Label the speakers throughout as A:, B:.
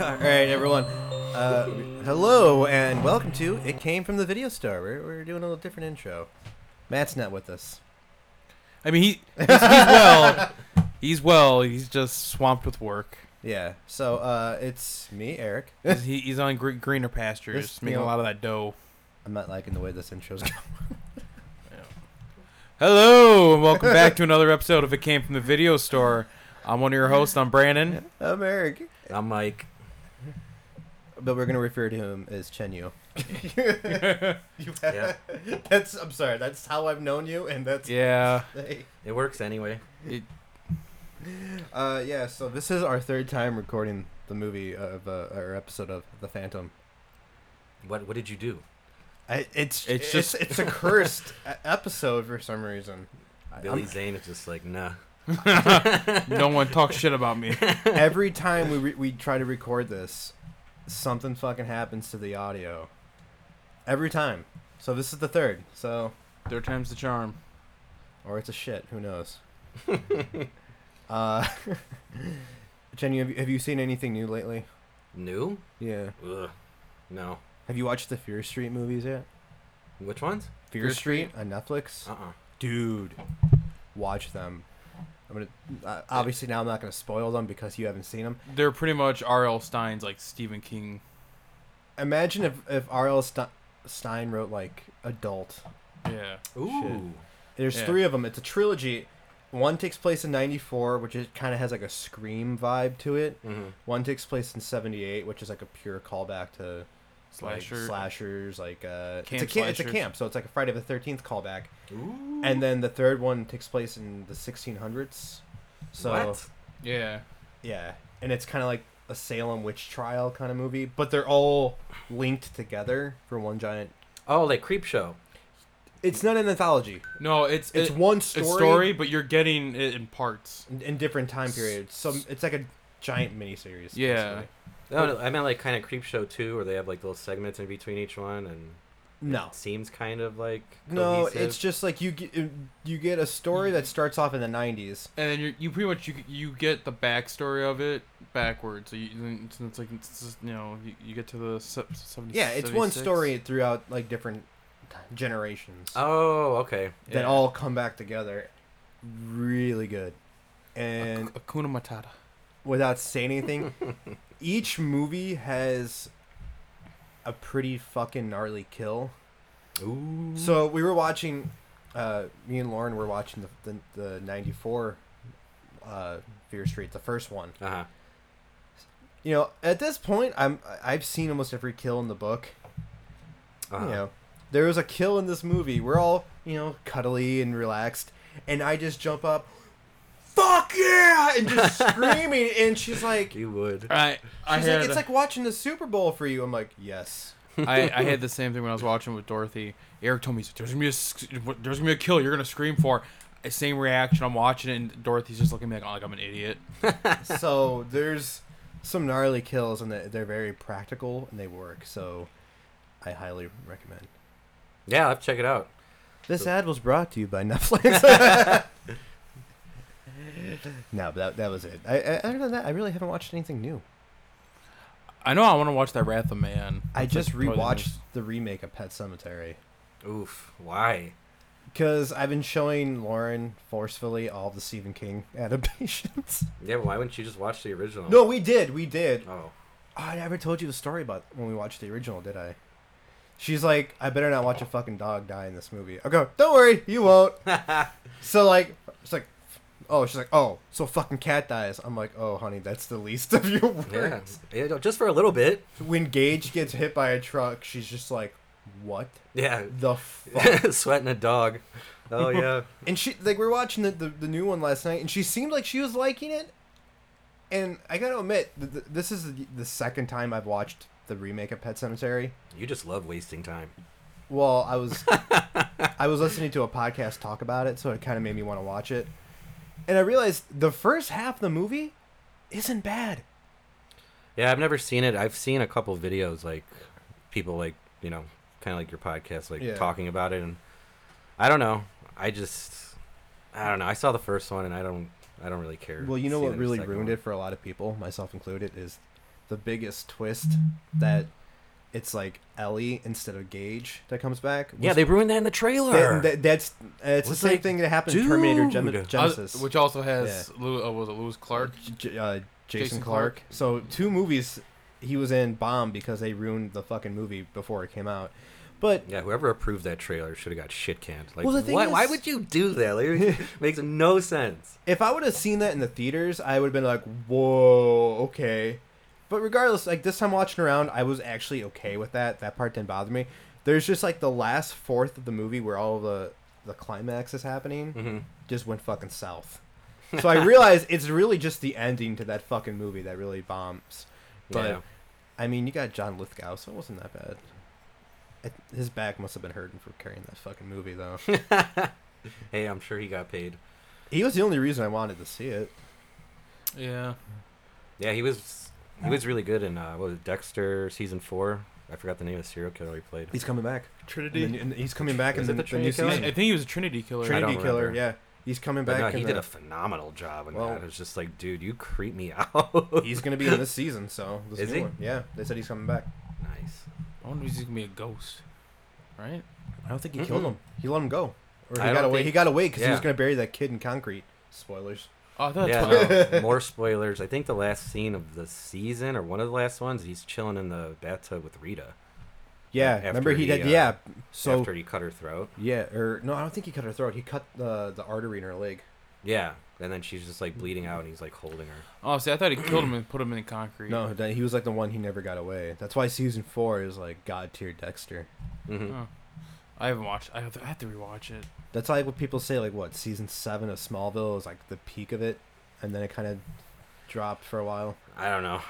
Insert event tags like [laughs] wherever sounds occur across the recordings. A: everyone. Uh, hello and welcome to It Came from the Video Store. We're, we're doing a little different intro. Matt's not with us.
B: I mean, he he's,
A: [laughs]
B: he's well. He's well. He's just swamped with work.
A: Yeah, so uh, it's me, Eric.
B: He's, he, he's on gre- greener pastures,
A: This-
B: making
A: you know-
B: a lot of that dough.
A: I'm not liking the way this intro's [laughs] going.
B: Hello and welcome back to another episode of It Came from the Video Store. I'm one of your hosts. I'm Brandon.
A: I'm Eric,
C: I'm Mike.
A: but we're gonna refer to him as [laughs] Chenyu.
C: Yeah,
A: [laughs] That's I'm sorry. That's how I've known you, and that's
B: Yeah, [laughs]
C: it works anyway.
A: Uh, yeah. So this is our third time recording the movie of uh, our episode of The Phantom.
C: What What did you do?
A: I, it's
B: It's
A: it's
B: just-
A: just it's a cursed e- episode for some reason.
C: Billy Zane is just like, nah.
B: no one talks shit about me.
A: [laughs] Every time we re- we try to record this, something fucking happens to the audio. Every time. So this is the third. So
B: Third time's the charm.
A: or it's a shit. Who [laughs] knows? uh, [laughs] Jenny, have you, have you seen anything new lately?
C: New?
A: Yeah.
C: Ugh. No.
A: Have you watched the Fear Street movies yet?
C: Which ones?
A: Fear,
B: Fear
A: Street,
B: Street?
A: on Netflix.
C: Uh uh
A: Dude, watch them. I'm gonna uh, obviously now I'm not gonna spoil them because you haven't seen them.
B: They're pretty much R.L. Stein's like Stephen King.
A: Imagine if if R.L. Ste- Stein wrote like adult.
B: Yeah,
C: Ooh.
A: There's
B: Yeah.
A: three of them. It's a trilogy. One takes place in '94, which is kind of has like a scream vibe to it.
C: hmm
A: One takes place in '78, which is like a pure callback to like,
B: slasher.
A: slashers. Like uh, it's
B: Camp
A: a camp, it's a
B: slashers.
A: camp, so it's like a Friday the Thirteenth callback.
C: Ooh.
A: And then the third one takes place in the 1600s. So
C: what?
B: Yeah,
A: yeah, and it's kind of like a Salem witch trial kind of movie, but they're all linked together for one giant.
C: Oh, like creep show.
A: It's not an anthology.
B: no, it's
A: It's
B: it-
A: one story,
B: Uh, it's story, but you're getting it in parts.
A: in, in different time periods. So it's like a giant miniseries.
B: Yeah.
A: basically.
C: No, no, I meant like kind of creep show too, where they have like little segments in between each one, and
A: No.
C: it seems kind of like
A: Oh. No,
C: cohesive.
A: it's just like you get, you get a story that starts off in the 90s.
B: and then you you pretty much you, you get the backstory of it backwards. So you then it's, it's like it's just, you know you, you get to the se- seventy.
A: Yeah, it's one
B: 76.
A: story throughout like different generations.
C: Oh, okay.
A: that
B: Yeah.
A: all come back together. Really good. And
B: Ak- Akuna Matata.
A: without saying
B: [laughs]
A: anything, each movie has a pretty fucking gnarly kill.
C: Ooh.
A: So we were watching, uh, me and Lauren were watching the, the, the 94 uh, Fear Street, the first one.
C: Uh huh.
A: You know, at this point, I'm, I've seen almost every kill in the book.
C: Uh-huh.
A: You know, there was a kill in this movie. We're all, you know, cuddly and relaxed, and I just jump up, fuck yeah, and just
C: [laughs]
A: screaming, and she's like, she's
C: You would.
B: I I
A: like,
B: had
A: it's like watching the Super Bowl for you. I'm like, yes.
B: I, I had the same thing when I was watching with Dorothy. Eric told me he's like, there's gonna be a sc- there's gonna be a kill you're gonna scream for. Same reaction. I'm watching it and Dorothy's just looking at me like, like I'm an idiot.
A: so there's some gnarly kills, and they- they're very practical and they work. So I highly recommend.
C: Yeah, I'll have to check it out.
A: This ad was brought to you by
B: [laughs]
A: Netflix. no, but that, that was it. I, I, other than that, I really haven't watched anything new.
B: I know I want to watch that Wrath of Man.
A: I
B: That's
A: just
B: probably the
A: rewatched
B: most-
A: the remake of Pet Cemetery
C: Oof. Why?
A: because I've been showing Lauren forcefully all the Stephen King [laughs] adaptations.
C: Yeah, why wouldn't you just watch the
B: Oh.
C: original?
A: no, we did, we did.
C: Oh.
A: Oh, I never told you the story about when we watched the original, did I? She's like, I better not watch a fucking dog die in this movie. I go, don't worry, you won't. so like, it's like, oh, she's like, oh, so fucking cat dies. I'm like, oh, honey, that's the least [laughs] of your
C: Yeah.
A: worries.
C: Yeah, no, just for a little bit.
A: When Gage gets hit by a truck, she's just like, what
C: Yeah.
A: the
C: [laughs]
A: fuck?
C: Sweating a dog.
A: [laughs]
C: Oh yeah.
A: And she like we were watching the, the the new one last night, and she seemed like she was liking it. And I gotta admit, th- th- this is the, the second time I've watched the remake of Pet Cemetery.
C: you just love wasting time.
A: Well, I
C: [laughs]
A: was I was listening to a podcast talk about it, so it kind of made me want to watch it. And I realized the first half of the movie isn't bad.
C: Yeah, I've never seen it. I've seen a couple videos like people like you know, kind of like your podcast, like
A: Yeah.
C: talking about it, and I don't know. I just I don't know. I saw the first one, and I don't I don't really care.
A: Well, you know
C: seeing
A: what
C: the
A: really
C: second
A: ruined
C: one.
A: it for a lot of people, myself included, is the biggest twist that it's like Ellie instead of Gage that comes back.
C: yeah, they ruined that in the trailer.
A: that, that- that's it's
C: Was
A: the same
C: like,
A: thing that happened in Terminator Gen-
C: dude.
B: Uh,
A: Genesis,
B: which also has Lew- uh, was it Lewis Clark?
A: J- uh, Jason,
B: Jason
A: Clark.
B: Clark.
A: So two movies he was in bomb because they ruined the fucking movie before it came out. But
C: yeah, whoever approved that trailer should have got shit canned. Like,
A: Well, the thing
C: why, why
A: is-
C: would you do that? Like,
A: [laughs]
C: it makes no sense.
A: if I would have seen that in the theaters, I would have been like, "Whoa, okay." But regardless, like this time watching around, I was actually okay with that. That part didn't bother me. There's just like the last fourth of the movie where all the the climax is happening
C: Mhm.
A: just went fucking south. So I realized it's really just the ending to that fucking movie that really bombs. But
C: Yeah.
A: I mean, you got John Lithgow, so it wasn't that bad. I- His back must have been hurting for carrying that fucking movie, though.
C: [laughs] Hey, I'm sure he got paid.
A: he was the only reason I wanted to see it.
B: Yeah.
C: Yeah, he was. He was really good in uh, what was it, Dexter season four. I forgot the name of the serial killer he played.
A: He's coming back.
B: Trinity.
A: And, then- and he's coming back in
C: Is
A: the,
C: it
A: the,
C: the
A: new
C: Trinity
B: I
C: Killer?
A: season.
B: I think he was a Trinity killer.
C: I don't
A: Trinity Killer,
C: remember.
A: yeah. He's coming
C: But
A: back.
C: no,
A: in
C: he
A: the,
C: did a phenomenal job on
A: Well-
C: that. It was just like, dude, you creep me [laughs] out.
A: He's gonna be in this season, so this
C: Is
A: new
C: he?
A: One. Yeah, they said he's coming back.
C: nice.
B: I wonder if he's gonna be a ghost, right?
A: I don't think he
C: Mm-mm.
A: killed him. He let him go, or he
C: I
A: got
C: don't
A: away.
C: think-
A: He got away because he was
C: Yeah.
A: gonna bury that kid in concrete. Spoilers.
B: Oh, I thought that's what-
C: yeah,
A: [laughs]
C: no, more spoilers. I think the last scene of the season or one of the last ones, he's chilling in the bathtub with Rita
A: Yeah,
C: After
A: remember he,
C: he,
A: did.
C: uh,
A: yeah, so
C: after he cut her throat.
A: yeah, or no, I don't think he cut her throat. He cut the the artery in her leg.
C: Yeah, and then she's just like bleeding out, and he's like holding her.
B: Oh, see, I thought he killed him and put him in concrete. Oh.
A: No, that- he was like the one he never got away. That's why season four is like god tier Dexter.
C: hmm
B: Oh. I haven't watched. I have, to, I have to rewatch it.
A: That's like what people say. Like what season seven of Smallville is like the peak of it, and then it kind of dropped for a while.
C: I don't know.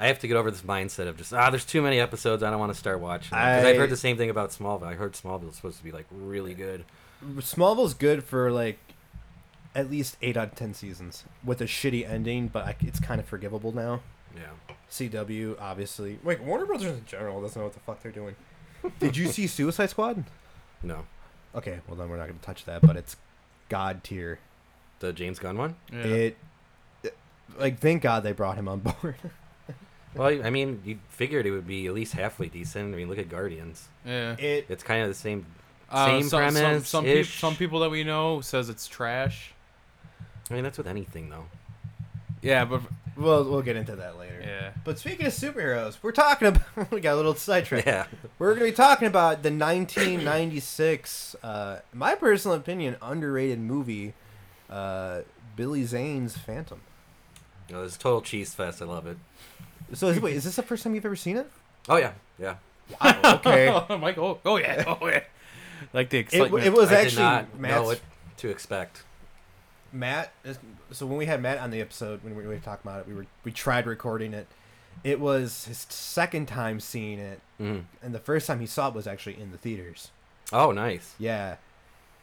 C: I have to get over this mindset of just ah, there's too many episodes. I don't want to start watching. Because
A: I-
C: I've heard the same thing about Smallville. I heard Smallville's supposed to be like really good.
A: Smallville's good for like at least eight out of ten seasons with a shitty ending, but I, it's kind of forgivable now.
C: Yeah.
A: CW, obviously. Wait, Warner Brothers in general doesn't know what the fuck they're doing. Did you see Suicide Squad?
C: No,
A: Okay, well then we're not going to touch that, but it's god tier.
C: the James Gunn one.
B: Yeah.
A: It, it- like thank God they brought him on
B: [laughs]
A: board.
C: Well, I mean, you figured it would be at least halfway decent. I mean, look at Guardians.
B: yeah.
A: It
C: It's kind of the same.
B: Uh,
C: Same
B: some, Some,
C: premise-ish.
B: some, peop- some people that we know says it's trash.
C: I mean, that's with anything though.
B: Yeah, but
A: well we'll get into that later.
B: yeah.
A: But speaking of superheroes, we're talking about [laughs] we got a little
B: [laughs]
A: sidetracked.
C: Yeah.
A: We're going to be talking about the 1996, uh, my personal opinion, underrated movie, uh, Billy Zane's Phantom.
C: No, it's a total cheese fest. I love it.
A: So, is, wait, is this the first time you've ever seen it?
C: Oh yeah, yeah.
A: Wow,
B: [laughs]
A: okay.
B: Michael. Oh yeah. Oh yeah. Like the
A: it,
B: excitement.
A: it was
C: I did
A: actually
C: not know
A: Matt's,
C: what to expect.
A: Matt. is- So when we had Matt on the episode, when we were talking about it, we were we tried recording it. It was his second time seeing it,
C: Mhm.
A: and the first time he saw it was actually in the theaters.
C: Oh, nice.
A: Yeah.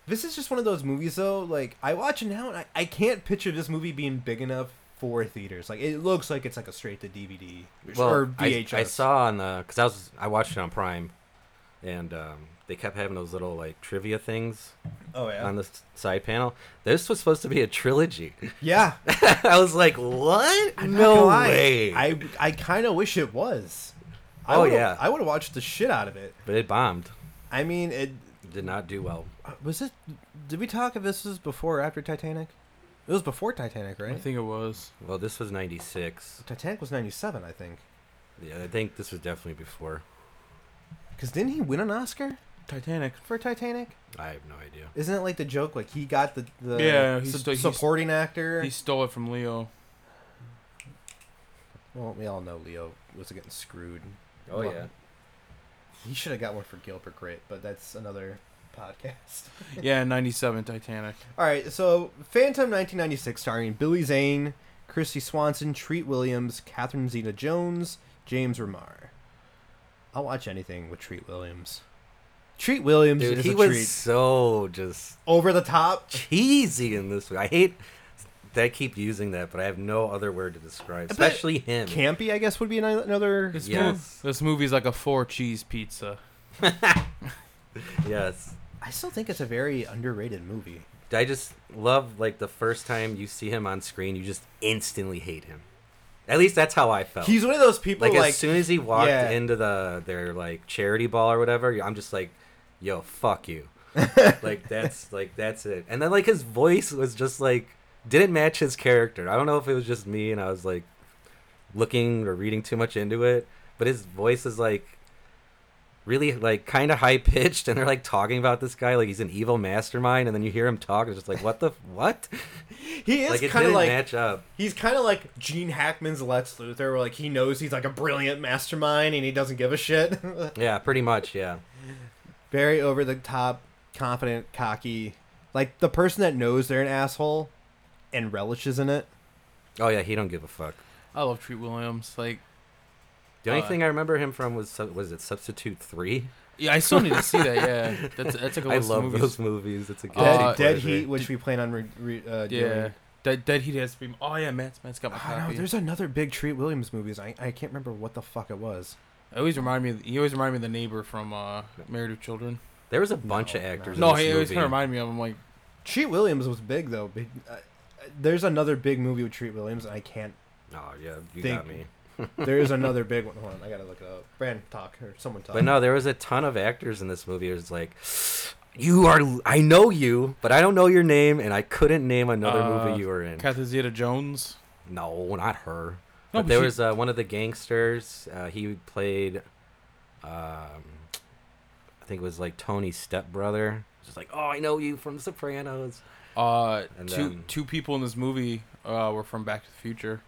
A: This is just one of those movies, though. Like, I watch it now, and I, I can't picture this movie being big enough for theaters. Like, it looks like it's like a straight to DVD
C: Well,
A: or
C: I-
A: VHS.
C: I, saw on the because I was I watched it on Prime, and um, they kept having those little like trivia things
A: Oh yeah.
C: on the s- side panel. This was supposed to be a trilogy.
A: [laughs]
C: [laughs]
A: yeah.
C: I was like, what?
A: I'm not gonna
C: no
A: lie.
C: way.
A: I I kind of wish it was. I
C: Oh,
A: would've-
C: yeah.
A: I would have watched the shit out of it.
C: But it bombed.
A: I mean, it uh,
C: It did not do well.
A: was it. Did we talk if this was before or after Titanic? It was before Titanic,
B: I
A: right?
B: think it was.
C: Well, this was '96.
A: Titanic was ninety seven, I think.
C: Yeah, I think this was definitely before.
A: Cause didn't he win an Oscar
B: Titanic.
A: for Titanic?
C: I have no idea.
A: Isn't it like the joke? Like he got the, the
B: Yeah, he's
A: su-
B: still- he's-
A: supporting actor.
B: He stole it from Leo.
A: Well, we all know Leo was getting screwed.
C: Oh
A: Well,
C: yeah.
A: He should have got one for Gilbert Grape, but that's another podcast. [laughs]
B: Yeah, '97 Titanic.
A: All right, so Phantom 1996, starring Billy Zane, Christy Swanson, Treat Williams, Catherine Zeta Jones, James Remar. I'll watch anything with Treat Williams. Treat Williams
C: Dude,
A: is
C: he
A: a
C: was
A: treat.
C: so just
A: Over the top.
C: cheesy in this one. I hate that I keep using that, but I have no other word to describe,
A: But-
C: especially him.
A: Campy, I guess, would be an- another.
B: This,
C: Yes.
B: mov- this movie's like a four cheese pizza.
C: Yes.
A: I still think it's a very underrated movie.
C: I just love like the first time you see him on screen, you just instantly hate him. At least that's how I felt.
A: He's one of those people
C: like,
A: like,
C: as soon as he walked
A: yeah.
C: into the their like charity ball or whatever, I'm just like, yo,
A: [laughs]
C: fuck you. like that's like that's it. And then like his voice was just like didn't match his character. I don't know if it was just me and I was like looking or reading too much into it, but his voice is like really like kind of high pitched and they're like talking about this guy like he's an evil mastermind and then you hear him talk and it's just like what the f- what
A: he is
C: like it
A: kind of
C: didn't
A: like
C: match up
A: he's kind of like Gene Hackman's Lex Luthor, where like he knows he's like a brilliant mastermind and he doesn't give a shit. [laughs]
C: yeah pretty much yeah
A: Very over the top, confident, cocky, like the person that knows they're an asshole and relishes in it.
C: oh yeah he don't give a fuck
B: I love Treat Williams. Like,
C: The only
B: Uh,
C: thing I remember him from was sub- was it Substitute Three?
B: yeah, I still need to see that. Yeah, that's that's a good
C: [laughs] I
B: list of
C: love
B: movies.
C: those movies. It's a good
A: Dead,
B: Uh,
C: sequel,
A: Dead
C: isn't
A: Heat,
C: it?
A: which we plan on re, re, uh,
B: Yeah,
A: doing.
B: Dead, Dead Heat has been. Oh yeah, Matt's Matt's got my
A: Oh, no,
B: copy.
A: there's another big Treat Williams movies. I, I can't remember what the fuck it was.
B: I always remind me. He always reminded me of the neighbor from uh, Married with Children.
C: There was a bunch
A: No,
C: of actors.
A: no.
B: No,
C: in this
B: he always
C: movie.
B: kind of reminded me of him. Like,
A: Treat Williams was big though. Big, uh, there's another big movie with Treat Williams, and I can't.
C: Oh yeah, you
A: Think-
C: got me.
A: There is another big one. Hold on, I gotta look it up. Brand talk or someone talk.
C: But no, there was a ton of actors in this movie. It was like, you are. I know you, but I don't know your name, and I couldn't name another
B: Uh,
C: movie you were in.
B: Catherine Zeta Jones.
C: No, not her.
B: No,
C: but, there
B: she-
C: was uh, one of the gangsters. Uh, he played, um, I think it was like Tony's stepbrother. Just like, oh, I know you from The Sopranos.
B: Uh,
C: And
B: two
C: then-
B: two people in this movie uh, were from Back to the Future.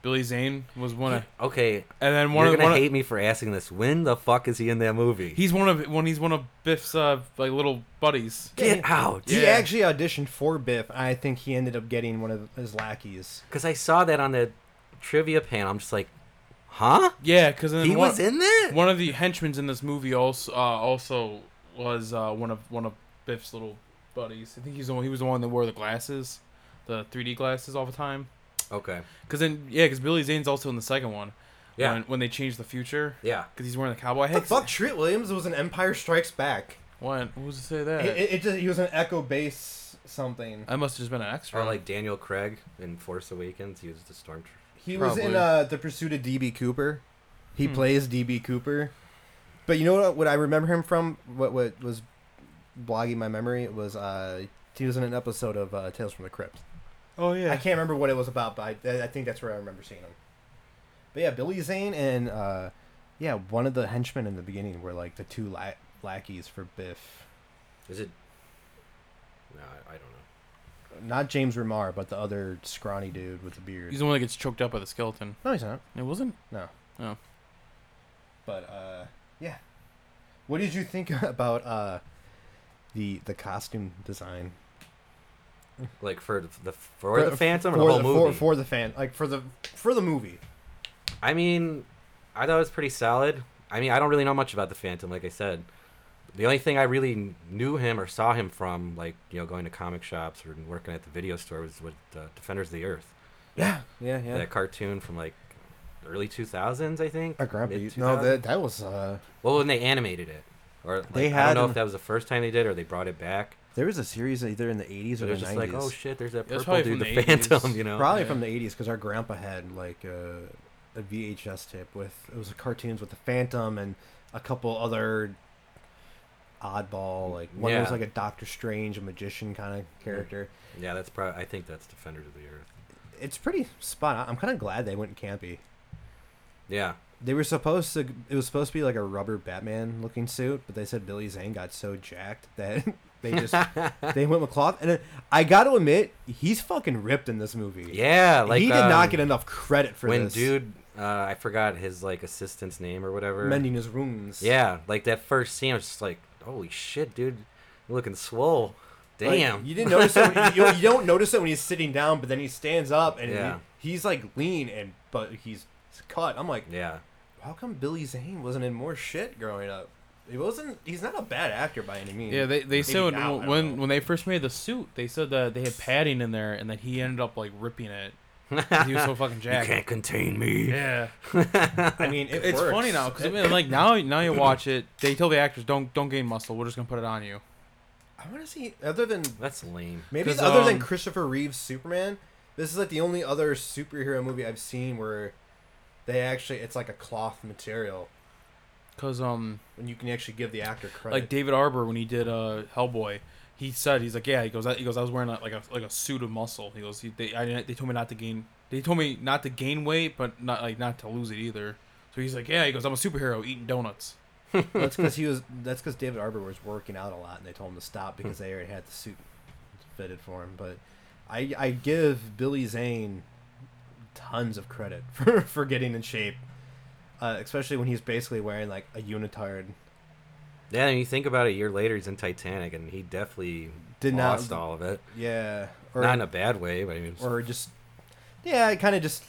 B: Billy Zane was one of,
C: Okay,
B: and then one
C: You're
B: of
C: gonna
B: one of,
C: hate me for asking this. When the fuck is he in that movie?
B: he's one of when he's one of Biff's uh, like little buddies.
C: Get out!
A: He
B: Yeah.
A: actually auditioned for Biff. I think he ended up getting one of his lackeys.
C: Because I saw that on the trivia panel. I'm just like, huh?
B: Yeah, because then
C: He
B: one,
C: was in that?
B: one of the henchmen's in this movie also uh, also was uh, one of one of Biff's little buddies. I think he's the one, he was the one that wore the glasses, the 3D glasses all the time.
C: Okay.
B: Because then yeah, because Billy Zane's also in the second one.
C: Yeah.
B: When, when they changed the future,
C: Yeah.
B: because he's wearing the cowboy
A: What
B: hat.
A: the fuck? Treat Williams was an Empire Strikes Back.
B: What? Who was to say that?
A: It, it, it just he was an Echo Base something.
B: I must have just been an extra.
C: Or like Daniel Craig in Force Awakens. He was the stormtrooper.
A: He was in
B: Probably.
A: uh, the Pursuit of DB Cooper. He
B: Hmm.
A: plays DB Cooper. But you know what? What I remember him from? What what was blogging my memory was uh, he was in an episode of uh, Tales from the Crypt.
B: oh yeah.
A: I can't remember what it was about, but I, I think that's where I remember seeing him. But yeah, Billy Zane and uh, yeah, one of the henchmen in the beginning were like the two la- lackeys for Biff,
C: Is it? No, I, I don't know.
A: not James Remar, but the other scrawny dude with the beard.
B: He's the one that gets choked up by the skeleton.
A: no, he's not.
B: It wasn't.
A: But uh, yeah, what did you think [laughs] about uh, the the costume design
C: Like for the- the for,
A: For-
C: the Phantom or
A: for
C: the whole
A: the
C: movie.
A: for, for the fan like for the for the movie?
C: I mean, I thought it was pretty solid. I mean, I don't really know much about the Phantom, like I said. The only thing I really kn- knew him or saw him from, like you know, going to comic shops or working at the video store, was with uh, Defenders of the Earth,
A: Yeah, yeah, yeah.
C: that cartoon from like the early two thousands, I think.
A: A grumpy.
C: Mid-
A: No,
C: 2000s?
A: that that was uh,
C: Well, when they animated it, or like,
A: They
C: I
A: had
C: don't know
A: an-
C: if that was the first time they did or they brought it back.
A: there was a series either in the '80s
C: So
A: or
C: they're
A: the
C: just
A: '90s.
C: like, oh shit, there's that
B: It was probably
C: purple dude,
B: from
C: the
B: the 80s.
C: Phantom, you know.
A: Probably
B: Yeah.
A: from the 80s because our grandpa had like a, a VHS tape with it was cartoons with the Phantom and a couple other oddball like one was
C: Yeah.
A: like a Doctor Strange, a magician kind of character.
C: Yeah, that's probably. I think that's Defenders of the Earth.
A: It's pretty spot on. I'm kind of glad they went campy.
C: Yeah.
A: They were supposed to. It was supposed to be like a rubber Batman looking suit, but they said Billy Zane got so jacked that [laughs] they
C: [laughs]
A: just they went with cloth. And I got to admit, he's fucking ripped in this movie.
C: Yeah, like
A: he did not
C: um,
A: get enough credit for
C: when
A: this.
C: dude uh, i forgot his like assistant's name or whatever
A: mending his wounds.
C: yeah like that first scene i was just like holy shit dude you're looking swole
A: Like,
C: damn
A: you didn't notice it.
C: [laughs]
A: When, you, you don't notice it when he's sitting down, but then he stands up and he-
C: Yeah.
A: he's like lean and but he's cut. I'm like,
C: yeah
A: how come Billy Zane wasn't in more shit growing up? He wasn't. He's not a bad actor by any means.
B: Yeah, they, they
A: Maybe
B: said
A: now, I
B: when
A: don't
B: when,
A: know.
B: when they first made the suit, they said that they had padding in there and that he ended up like ripping it. 'cause He was
A: [laughs]
B: so fucking
C: you
B: jacked.
C: can't contain me
B: Yeah,
A: I mean, it
B: it's
A: works.
B: funny now because I
A: It-
B: mean, like now now you watch it, they tell the actors don't don't gain muscle. We're just gonna put it on you.
A: I want to see other than
C: that's lame
A: maybe
B: 'Cause,
A: other than
B: um,
A: Christopher Reeve's Superman. This is like the only other superhero movie I've seen where they actually it's like a cloth material
B: Cause um,
A: and you can actually give the actor credit.
B: like David Arbor when he did uh Hellboy, he said he's like yeah he goes I- he goes I was wearing a, like a like a suit of muscle. He goes he, they I, didn't- they told me not to gain they told me not to gain weight but not like not to lose it either. So he's like yeah he goes I'm a superhero eating donuts.
A: that's because he was. That's because David Arbor was working out a lot, and they told him to stop because they already had the suit fitted for him. But I, I give Billy Zane tons of credit [laughs] for for getting in shape, uh, especially when he's basically wearing like a unitard.
C: Yeah, and you think about it, a year later, he's in Titanic, and he definitely
A: Did not-
C: lost all of it.
A: Yeah,
C: not in a bad way, but I mean,
A: or just yeah, kind of just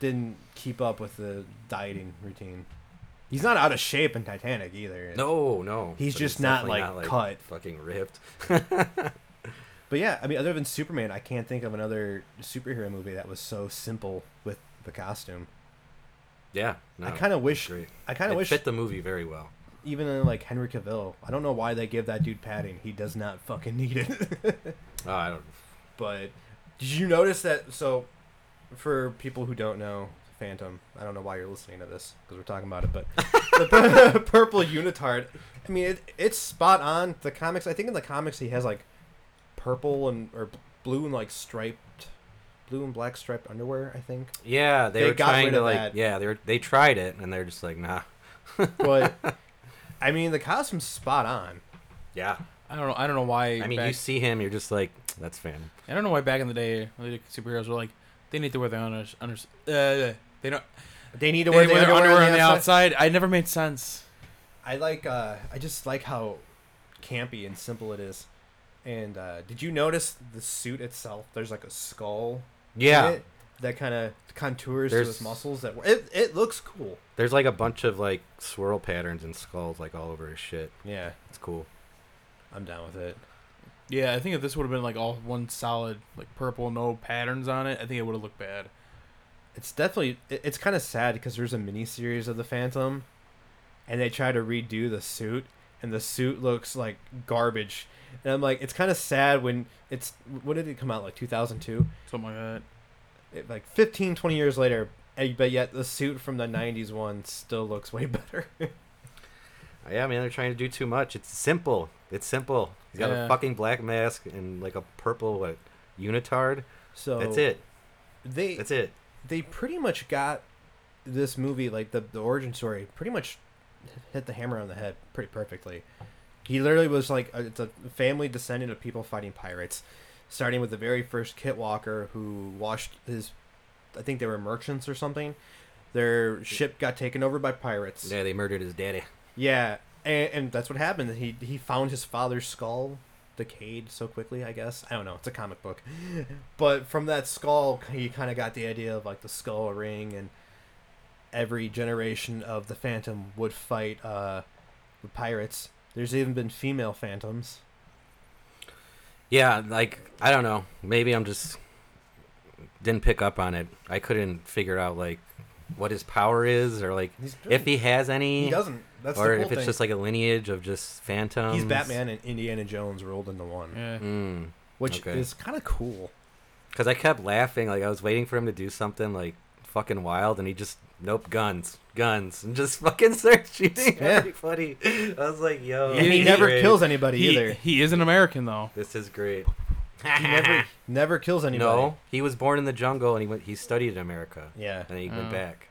A: didn't keep up with the dieting routine. He's not out of shape in Titanic either.
C: no, no.
A: He's
C: but
A: just not,
C: definitely
A: like, cut.
C: fucking ripped.
A: But yeah, I mean, other than Superman, I can't think of another superhero movie that was so simple with the costume.
C: Yeah, no,
A: I kind of wish.
C: Great.
A: I kind
C: it
A: of wish
C: fit the movie very well.
A: even in like Henry Cavill. I don't know why they give that dude padding. He does not fucking need it. [laughs]
C: Oh, I don't.
A: but did you notice that? So, for people who don't know Phantom, I don't know why you're listening to this because we're talking about it.
C: [laughs]
A: But the pur- [laughs] purple unitard. I mean, it, it's spot on. The comics. I think in the comics he has like purple and or blue and like striped, blue and black striped underwear. I think.
C: Yeah, they,
A: They
C: were
A: got
C: trying
A: rid
C: to
A: of
C: like.
A: that.
C: Yeah, they were, they tried it, and they're just like, nah.
A: but I mean, the costume's spot on.
C: Yeah,
B: I don't know I don't know why
C: I mean,
B: back-
C: you see him, you're just like, that's Phantom.
B: I don't know why back in the day when they did superheroes were like they need to wear their under, under uh, they don't
A: They need
B: they
A: to wear, the
B: their
A: underwear,
B: on the outside. I never made sense.
A: I like. Uh, I just like how campy and simple it is. And uh, did you notice the suit itself? There's like a skull.
C: Yeah,
A: in it that kind of contours
C: There's-
A: to his muscles. That it it looks cool.
C: there's like a bunch of like swirl patterns and skulls like all over his shit.
A: Yeah,
C: It's cool.
A: I'm down with it.
B: Yeah, I think if this would have been like all one solid like purple no patterns on it, I think it would have looked bad.
A: It's definitely. It, it's kind of sad because there's a mini series of the Phantom, and they try to redo the suit, and the suit looks like garbage. And I'm like, it's kind of sad when it's. What did it come out like 2002?
B: Something like that.
A: it, like 15 20 years later eh, but yet the suit from the 90s one still looks way [laughs] better
C: Uh, Yeah, man, they're trying to do too much. It's simple. It's simple. He's got
B: Yeah.
C: a fucking black mask and like a purple what unitard.
A: so
C: That's it.
A: they
C: That's it.
A: they pretty much got this movie like the, the origin story pretty much hit the hammer on the head pretty perfectly he literally was like a, it's a family descendant of people fighting pirates starting with the very first kitwalker who washed his i think they were merchants or something their ship got taken over by pirates
C: Yeah, they murdered his daddy.
A: Yeah, and, and that's what happened. He he found his father's skull decayed so quickly. I guess I don't know. It's a comic book, but from that skull, he kind of got the idea of like the skull ring, and every generation of the Phantom would fight uh, the pirates. There's even been female Phantoms.
C: Yeah, like I don't know. Maybe I'm just didn't pick up on it. I couldn't figure out like what his power is or like
A: He's
C: if he has any
A: he doesn't. That's
C: or
A: the cool
C: if it's
A: thing.
C: just um, like a lineage of just phantoms.
A: He's Batman and Indiana Jones rolled into one,
B: Yeah.
C: Mm.
A: which
C: okay.
A: is kind of cool.
C: Cause I kept laughing, like I was waiting for him to do something like fucking wild, and he just nope, guns, guns, and just [laughs] fucking starts shooting
A: Yeah.
C: everybody. I was like, yo,
A: and
C: this
A: Uh, he,
C: is
A: never
C: great.
A: kills anybody
B: He,
A: either.
B: he is an American though.
C: This is great.
A: [laughs] He never never kills anybody.
C: No, he was born in the jungle, and he went. He studied in America,
A: Yeah,
C: and he
B: Oh.
C: went back.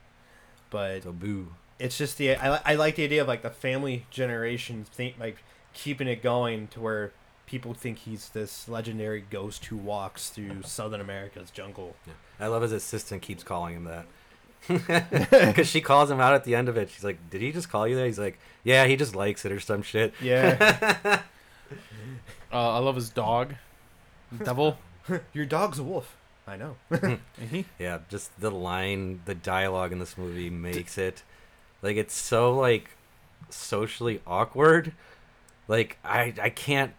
A: but
C: So boo.
A: it's just the I, li- I like the idea of like the family generation think like keeping it going to where people think he's this legendary ghost who walks through Southern America's jungle.
C: I love his assistant keeps calling him
A: [laughs]
C: that. [laughs] Because she calls him out at the end of it. She's like, "Did he just call you that?" He's like, "Yeah, he just likes it or some shit."
A: Yeah,
B: Uh, I love his [laughs] dog, Devil.
A: [laughs] your dog's a wolf. I know.
B: Mhm.
C: Yeah, just the line, the dialogue in this movie makes it like it's so like socially awkward. Like I I can't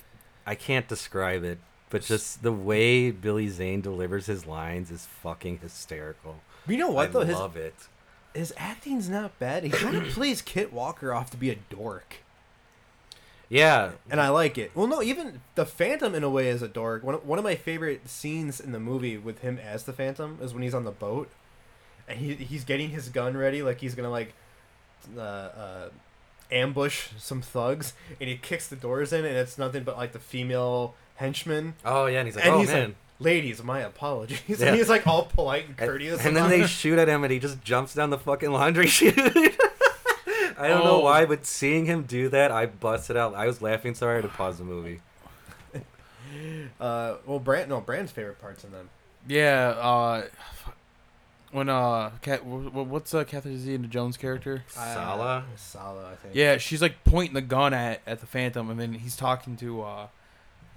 C: I can't describe it, but just the way Billy Zane delivers his lines is fucking hysterical.
A: You know what
C: I
A: though? Oh, His
C: love it.
A: [clears throat] his acting's not bad. He kind of plays Kit Walker off to be a dork.
C: Yeah.
A: and I like it. Well, no, even the Phantom in a way is a dork. One of, one of my favorite scenes in the movie with him as the Phantom is when he's on the boat and he he's getting his gun ready, like he's gonna like uh, uh, ambush some thugs, and he kicks the doors in, and it's nothing but like the female henchmen.
C: Oh yeah, and he's like,
A: And
C: oh
A: he's like,
C: man.
A: Ladies, my apologies. [laughs]
C: Yeah.
A: And he's like all polite and
C: And-
A: courteous.
C: And, then they shoot at him, and he just jumps down the fucking laundry [laughs] chute. I don't know
B: Oh.
C: why, but seeing him do that, I busted out. I was laughing so hard I had to pause the movie.
A: uh, well, Brand no Brand's favorite parts in them.
B: Yeah. Uh, when uh, Cat, what's uh, Catherine Zeta Jones character?
A: Uh,
C: Sala.
A: Sala, I think.
B: Yeah, she's like pointing the gun at at the Phantom, and then he's talking to uh,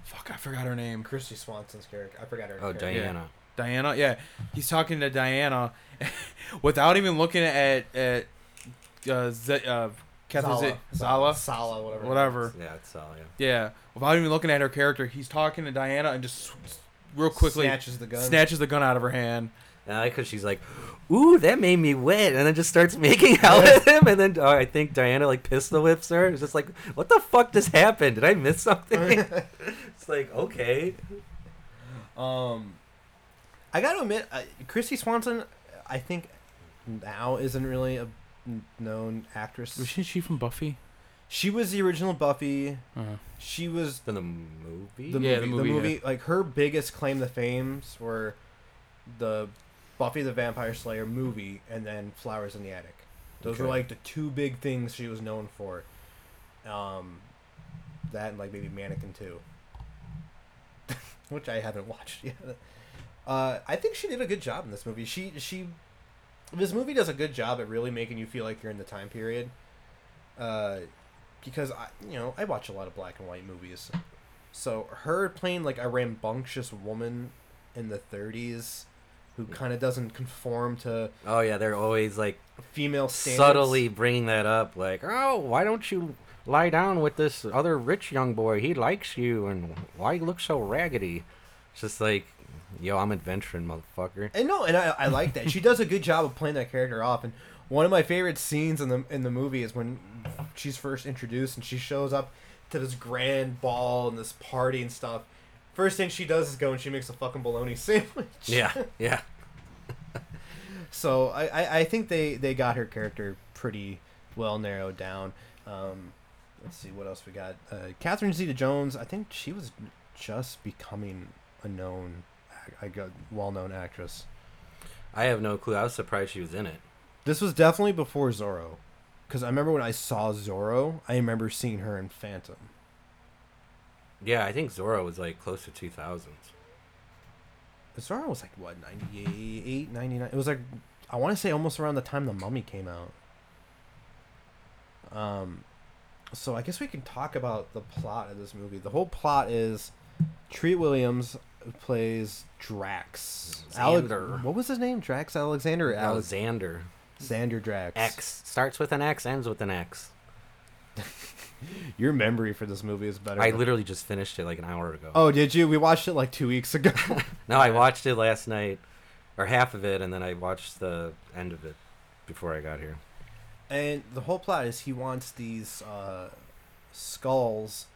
B: fuck, I forgot her name.
A: Christy Swanson's character. I forgot her.
C: Oh,
A: character.
C: Diana.
B: Diana, yeah, he's talking to Diana [laughs] without even looking at at uh, Z- uh Catherine Zeta Zala,
A: Sala, whatever.
B: whatever.
C: Yeah, it's Sala. Yeah.
B: Yeah, without even looking at her character, he's talking to Diana and just s- real quickly
A: snatches the gun. [laughs]
B: snatches the gun out of her hand.
C: And I like how she's like, "Ooh, that made me wet," and then just starts [laughs] making out with him. And then uh, I think Diana like pistol whips her. It's just like, "What the fuck just happened? Did I miss [laughs] something?" it's like, okay.
A: [laughs] um, I gotta admit, uh, Christy Swanson, I think now isn't really a known actress.
B: she from Buffy?
A: She was the original Buffy.
B: Uh,
A: She was
C: Then the movie.
A: the
B: Yeah, the
A: movie. The movie,
B: movie,
A: like her biggest claim to fames were the Buffy the Vampire Slayer movie and then Flowers in the Attic. Those were
C: Okay.
A: like the two big things she was known for. Um, that and like maybe Mannequin Two, [laughs] which I haven't watched yet. Uh, I think she did a good job in this movie. She she, this movie does a good job at really making you feel like you're in the time period. Uh, because I you know I watch a lot of black and white movies, so her playing like a rambunctious woman in the 30s who kind of doesn't conform to
C: oh yeah, they're always like
A: female standards.
C: subtly bringing that up, like, "Oh, why don't you lie down with this other rich young boy? He likes you, and why you look so raggedy?" It's just like, "Yo, I'm adventuring, motherfucker."
A: [laughs] And no, and I, I like that. She does a good job of playing that character off. And one of my favorite scenes in the in the movie is when she's first introduced and she shows up to this grand ball and this party and stuff. First thing she does is go and she makes a fucking bologna sandwich.
C: Yeah, yeah.
A: So I, I, I think they, they got her character pretty well narrowed down. Um, let's see what else we got. Uh, Catherine Zeta Jones. I think she was just becoming a known, I got well known actress.
C: I have no clue. I was surprised she was in it.
A: This was definitely before Zorro, because I remember when I saw Zorro, I remember seeing her in Phantom.
C: Yeah, I think Zorro was like close to 2000s.
A: Zorro was like what 98, 99? It was like I want to say almost around the time the Mummy came out. Um, so I guess we can talk about the plot of this movie. The whole plot is Treat Williams plays Drax. Alec-
C: Xander.
A: what was his name? Drax Alexander. Or Alex-
C: Alexander.
A: Xander Drax.
C: X starts with an X, ends with an X.
A: Your memory for this movie is better.
C: I
A: than-
C: literally just finished it like an hour ago.
A: oh, did you? We watched it like two weeks ago.
C: No, I watched it last night, or half of it, and then I watched the end of it before I got here.
A: And the whole plot is he wants these uh, skulls.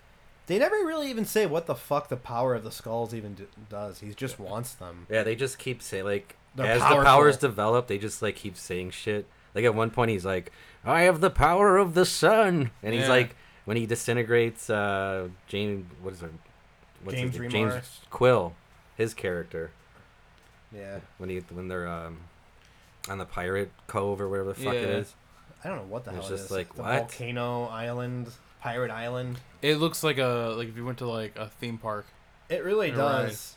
A: They never really even say what the fuck the power of the skulls even do- does. He just wants them.
C: Yeah, they just keep saying like
A: They're
C: as
A: powerful.
C: the powers develop, they just like keep saying shit. Like at one point, he's like, "I have the power of the sun," and he's
B: Yeah.
C: like, when he disintegrates uh James, what is it?
A: James
C: name?
A: Remar.
C: Quill, his character
A: Yeah.
C: when he when they're um on the pirate cove or whatever the fuck it
B: Yeah.
C: is. [laughs]
A: I don't know what the
C: It's
A: hell it
C: just
A: is.
C: like,
A: the
C: what?
A: volcano island, pirate island.
B: it looks like a like if you went to like a theme park.
A: It really
B: You're
A: does.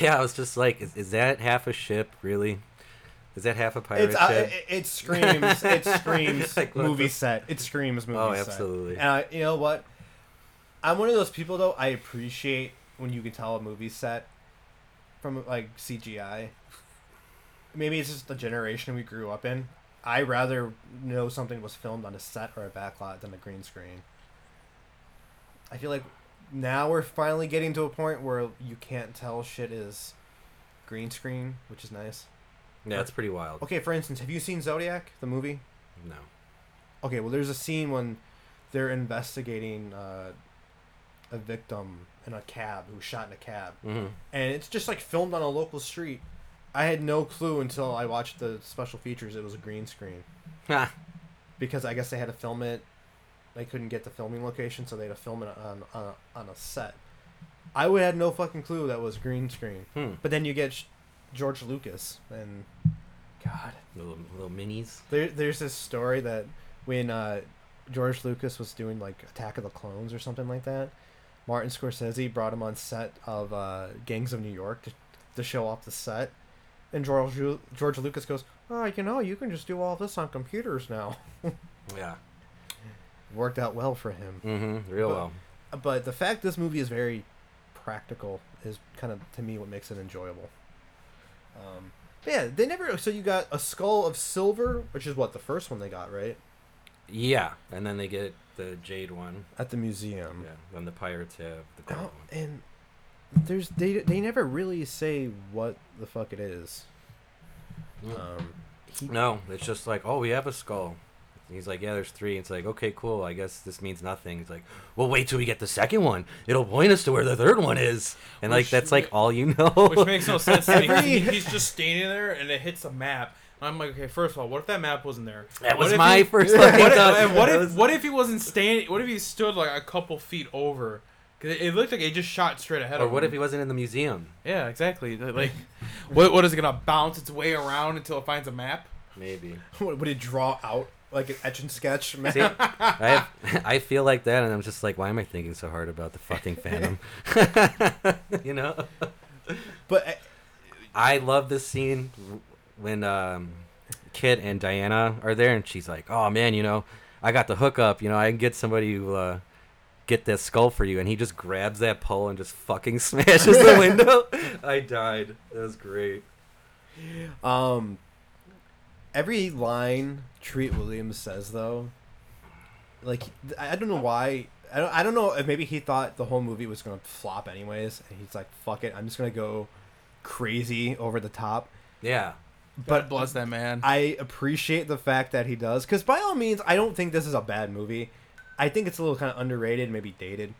C: Yeah, I was just like, is, is that half a ship really? Is that half a pirate
A: It's, uh,
C: ship?
A: it, it screams. It
C: [laughs]
A: screams
C: Like, what
A: movie
C: the-
A: set. It screams movie
C: oh,
A: set.
C: absolutely.
A: And I, you know what? I'm one of those people though. I appreciate when you can tell a movie set from like CGI. Maybe it's just the generation we grew up in. I rather know something was filmed on a set or a backlot than a green screen. I feel like now we're finally getting to a point where you can't tell shit is green screen, which is nice.
C: Yeah, that's pretty wild.
A: Okay, for instance, have you seen Zodiac, the movie?
C: No.
A: Okay, well, there's a scene when they're investigating uh, a victim in a cab who was shot in a cab,
C: Mm-hmm.
A: and it's just like filmed on a local street. I had no clue until I watched the special features. It was a green screen because I guess they had to film it. They couldn't get the filming location, so they had to film it on on a, on a set. I would had no fucking clue that was green screen.
C: hmm.
A: But then you get Sh- George Lucas, and God,
C: Little, little minis.
A: there, there's this story that when uh, George Lucas was doing like Attack of the Clones or something like that, Martin Scorsese brought him on set of uh, Gangs of New York to, to show off the set, and George Lu- George Lucas goes, "Oh, you know, you can just do all this on computers now." [laughs]
C: Yeah.
A: Worked out well for him.
C: Mm-hmm. Real
A: But-
C: well.
A: But the fact this movie is very practical is kind of to me what makes it enjoyable. Um, but yeah, they never. So you got a skull of silver, which is what the first one they got right
C: Yeah. And then they get the jade one.
A: at the museum.
C: Yeah. Then the pirates have the gold
A: Um. Oh,
C: one.
A: and there's they they never really say what the fuck it is. Um, he,
C: No, it's just like, oh, we have a skull. He's like, yeah, there's three. It's like, okay, cool. I guess this means nothing. He's like, well, wait till we get the second one. It'll point us to where the third one is. And like,
B: Which-
C: that's like all
B: [laughs]
C: you [laughs]
B: Which
C: know.
B: makes no sense to me. 'cause he-
A: Every-
B: He's just standing there and it hits the map. I'm like, okay, first of all, what if that map wasn't there?
C: that
B: What
C: was
B: if
C: my
B: he-
C: first fucking
B: What if,
C: thought.
B: and what
C: That
B: if
C: was-
B: what if he wasn't standing? What if he stood like a couple feet over? 'Cause it, it looked like it just shot straight ahead.
C: or
B: of
C: what
B: him.
C: if he wasn't in the museum?
B: Yeah, exactly. Like, [laughs] like, what what is it gonna bounce its way around until it finds a map?
C: Maybe.
A: what, [laughs] would it draw out like an etch and sketch?
C: [laughs] See, I have, [laughs] I feel like that, and I'm just like, why am I thinking so hard about the fucking [laughs] Phantom? you know.
A: But eh, I-
C: I love this scene when um, Kit and Diana are there, and she's like, "Oh man, you know, I got the hookup. You know, I can get somebody to uh, get that skull for you." And he just grabs that pole and just fucking [laughs]
A: [laughs]
C: smashes the window. I died. That was great.
A: Um, every line Treat Williams says though, like I I don't know why. I don't, I don't know if maybe he thought the whole movie was gonna flop anyways, and he's like, "Fuck it, I'm just gonna go crazy over the top."
C: Yeah.
B: But
A: But
B: bless that man.
A: I appreciate the fact that he does, because by all means, I don't think this is a bad movie. I think it's a little kind of underrated, maybe dated,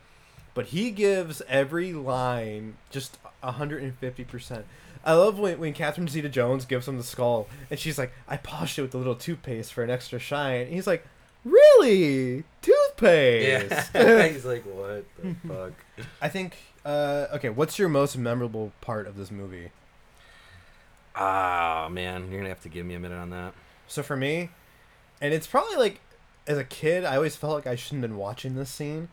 A: but he gives every line just hundred and fifty percent. I love when when Catherine Zeta Jones gives him the skull, and she's like, "I polished it with a little toothpaste for an extra shine." And he's like, "Really, toothpaste?"
C: [laughs] Yeah. He's like, "What the fuck?"
A: [laughs] I think. Uh, okay, what's your most memorable part of this movie?
C: Ah man, you're gonna have to give me a minute on that.
A: So for me, and it's probably like as a kid, I always felt like I shouldn't have been watching this scene.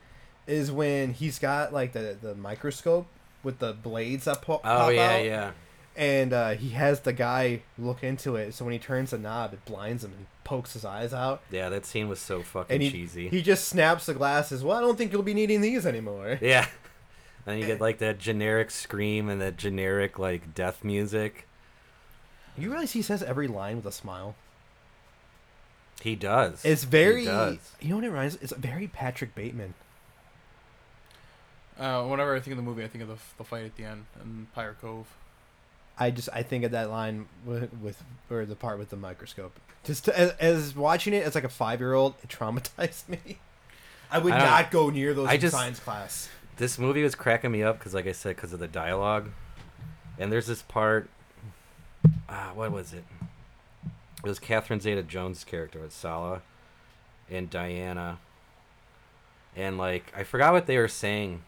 A: Is when he's got like the the microscope with the blades that po-
C: Oh
A: pop
C: yeah,
A: out,
C: yeah.
A: and uh, he has the guy look into it. So when he turns the knob, it blinds him and pokes his eyes out.
C: Yeah, that scene was so fucking
A: And he,
C: cheesy.
A: he just snaps the glasses. Well, I don't think you'll be needing these anymore.
C: [laughs] Yeah. And you get like that generic scream and that generic like death music.
A: You realize he says every line with a smile.
C: He does.
A: It's very.
C: He does.
A: You know what it reminds? It's very Patrick Bateman.
B: Uh, whenever I think of the movie, I think of the, f- the fight at the end in Pirate Cove.
A: I just I think of that line with, with or the part with the microscope. Just to, as, as watching it as like a five year old, it traumatized [laughs] me. I would
C: I don't-
A: not go near those
C: I
A: in
C: just-
A: science class.
C: This movie was cracking me up because, like I said, because of the dialogue. And there's this part. Ah, what was it? It was Catherine Zeta Jones' character with Sala and Diana. And, like, I forgot what they were saying,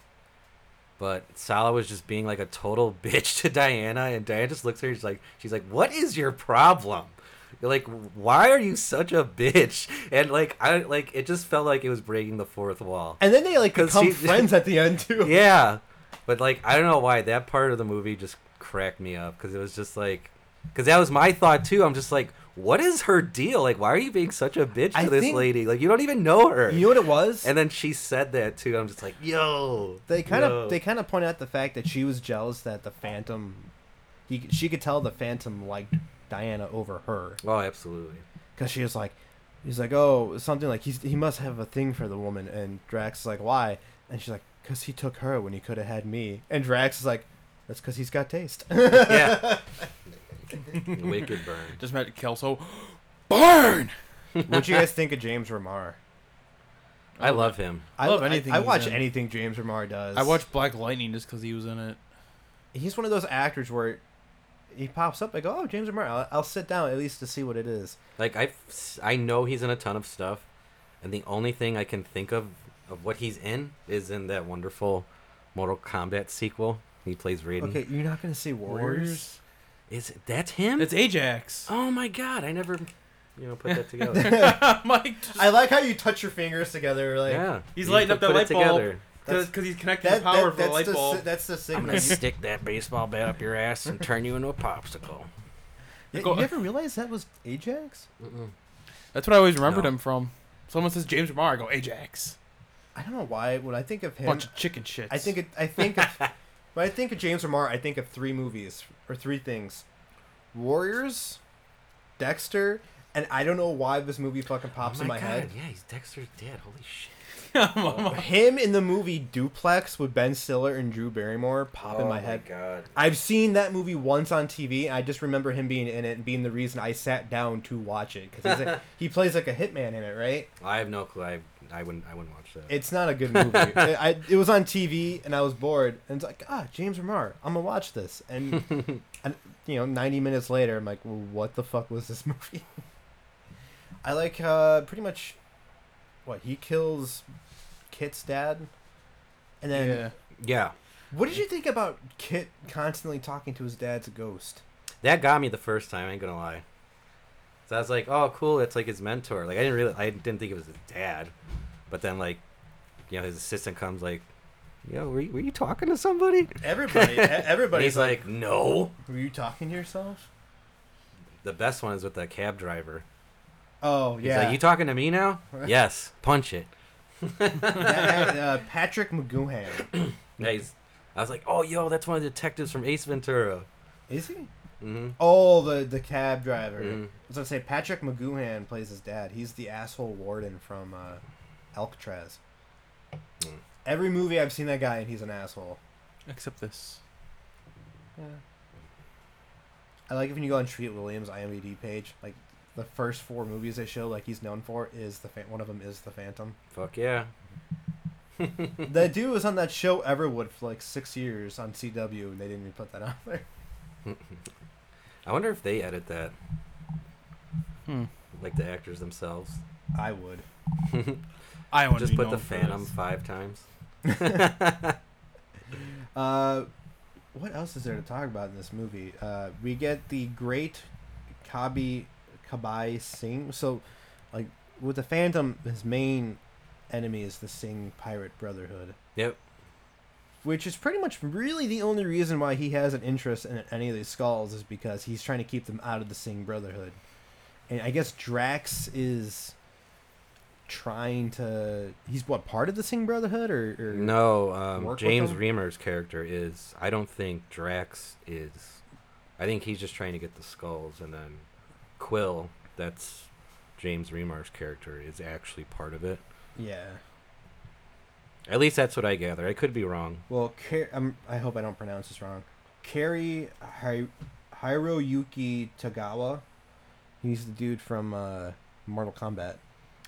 C: but Sala was just being, like, a total [laughs] bitch to Diana. And Diana just looks at her, she's like, she's like, what is your problem? You're like, why are you such a bitch? And, like, I, like, it just felt like it was breaking the fourth wall
A: And then they like
C: 'Cause
A: become [laughs]
C: he-
A: friends at the end [laughs] too.
C: [laughs] yeah but like i don't know why that part of the movie just cracked me up because it was just like because that was my thought too i'm just like what is her deal like why are you being such a bitch to
A: I
C: this
A: think-
C: lady like you don't even know her
A: You know what it was?
C: and then she said that too i'm just like yo
A: they kind of
C: yo.
A: they kind of point out the fact that she was jealous that the Phantom, he she could tell the Phantom liked Diana over her [laughs]
C: oh absolutely
A: because she was like, he's like oh something like he's he must have a thing for the woman and Drax is like why and she's like because he took her when he could have had me and Drax is like that's because he's got taste. [laughs]
C: yeah wicked burn
B: Just met Kelso. [gasps] Burn.
A: What do you guys think of James Remar?
C: I love him.
A: I
B: Love
A: I-
B: anything
A: I,
B: he's
A: watch
B: in.
A: anything James Remar does.
B: I watched Black Lightning just because he was in it.
A: He's one of those actors where he pops up. I go, oh, James Remar. I'll, I'll sit down at least to see what it is.
C: Like I, I know he's in a ton of stuff, and the only thing I can think of of what he's in is in that wonderful Mortal Kombat sequel. He plays Raiden.
A: Okay, you're not gonna see Warriors.
C: Is it, that's him?
B: It's Ajax.
A: [laughs]
B: [laughs]
C: oh my god! I never, you know, put that together.
B: Mike,
A: I like how you touch your fingers together. Like
C: yeah,
B: He's
C: you
B: lighting
C: put-
B: up that
C: put it
B: light bulb.
C: together.
A: That's-
B: because he's connecting
A: that,
B: the
A: that-
B: power for the
A: that's
B: light
A: the
B: bulb.
A: si- that's the
C: I'm
B: [laughs]
A: signal.
C: gonna
A: You,
C: stick that baseball bat up your ass and turn you into a popsicle.
A: you ever realize that was Ajax?
B: That's what I always remembered
C: No.
B: him from. Someone says James Remar, I go Ajax.
A: I don't know why. When I think of him,
B: Bunch of chicken shits.
A: I think it, I think of, when I think of James Remar, I think of three movies or three things: Warriors, Dexter, and I don't know why this movie fucking pops
C: oh
A: in
C: my
A: my
C: god!
A: head.
C: Yeah, he's Dexter's dead. Holy shit!
A: Him in the movie Duplex with Ben Stiller and Drew Barrymore pop
C: Oh
B: Oh
A: in my head.
C: god!
A: I've seen that movie once on TV, and I just remember him being in it and being the reason I sat down to watch it because like, he plays like a hitman in it, right?
C: I have no clue. I, I wouldn't. I wouldn't watch that.
A: It's not a good [laughs] movie. it, I, it was on TV, and I was bored, and it's like, ah, James Remar, I'm gonna watch this, and, [laughs] and you know, 90 minutes later, I'm like, well, what the fuck was this [laughs] movie? I like uh, pretty much what he kills Kit's dad, and then
B: yeah.
C: yeah,
A: what did you think about Kit constantly talking to his dad's ghost?
C: that got me the first time. I ain't gonna lie. So I was like, oh, cool. That's like his mentor. Like I didn't really. I didn't think it was his dad, but then like, you know, his assistant comes like, yo, were you, were you talking to somebody?
A: [laughs] Everybody, e-
C: But
A: everybody's
C: he's like, no.
A: Were you talking to yourself?
C: The best one is with the cab driver.
A: Oh
C: He's like, you talking to me now? yes. Punch it.
A: That-
C: [laughs]
A: uh, Patrick McGoohan.
C: Yeah, he's- I was like, oh, yo, that's one of the detectives from Ace Ventura.
A: Is he?
C: hmm
A: Oh, the the cab driver.
C: Mhm.
A: I was gonna say Patrick McGoohan plays his dad. He's the asshole warden from uh, Alcatraz.
C: Mm.
A: Every movie I've seen that guy, and he's an asshole.
B: Except this.
A: I like it when you go on Treat Williams' IMDb page, like the first four movies they show, like he's known for, is the fan- one of them is the Phantom.
C: Fuck yeah. [laughs]
A: the dude was on that show Everwood for like six years on CW, and they didn't even put that [laughs] on there.
C: I wonder if they edit that,
B: Hmm.
C: like the actors themselves.
A: I would.
C: [laughs]
B: I want
C: Just
B: to be
C: put the
B: known for
C: Phantom
B: this.
C: five times.
A: [laughs] Uh, what else is there to talk about in this movie? Uh, we get the great Kabi Kabai Singh. So, like with the Phantom, his main enemy is the Singh Pirate Brotherhood,
C: Yep.
A: which is pretty much really the only reason why he has an interest in any of these skulls is because he's trying to keep them out of the Singh Brotherhood, and I guess Drax is trying to. He's what part of the Singh Brotherhood or, or
C: [laughs] No, um,
A: Work with
C: James
A: them?
C: Reamer's character is. I don't think Drax is. I think he's just trying to get the skulls, and then Quill, that's James Reamer's character, is actually part of it.
A: yeah.
C: At least that's what I gather. I could be wrong.
A: Well, Car- um, I hope I don't pronounce this wrong. Kerry Hi- Hiroyuki Tagawa. He's the dude from uh, Mortal Kombat.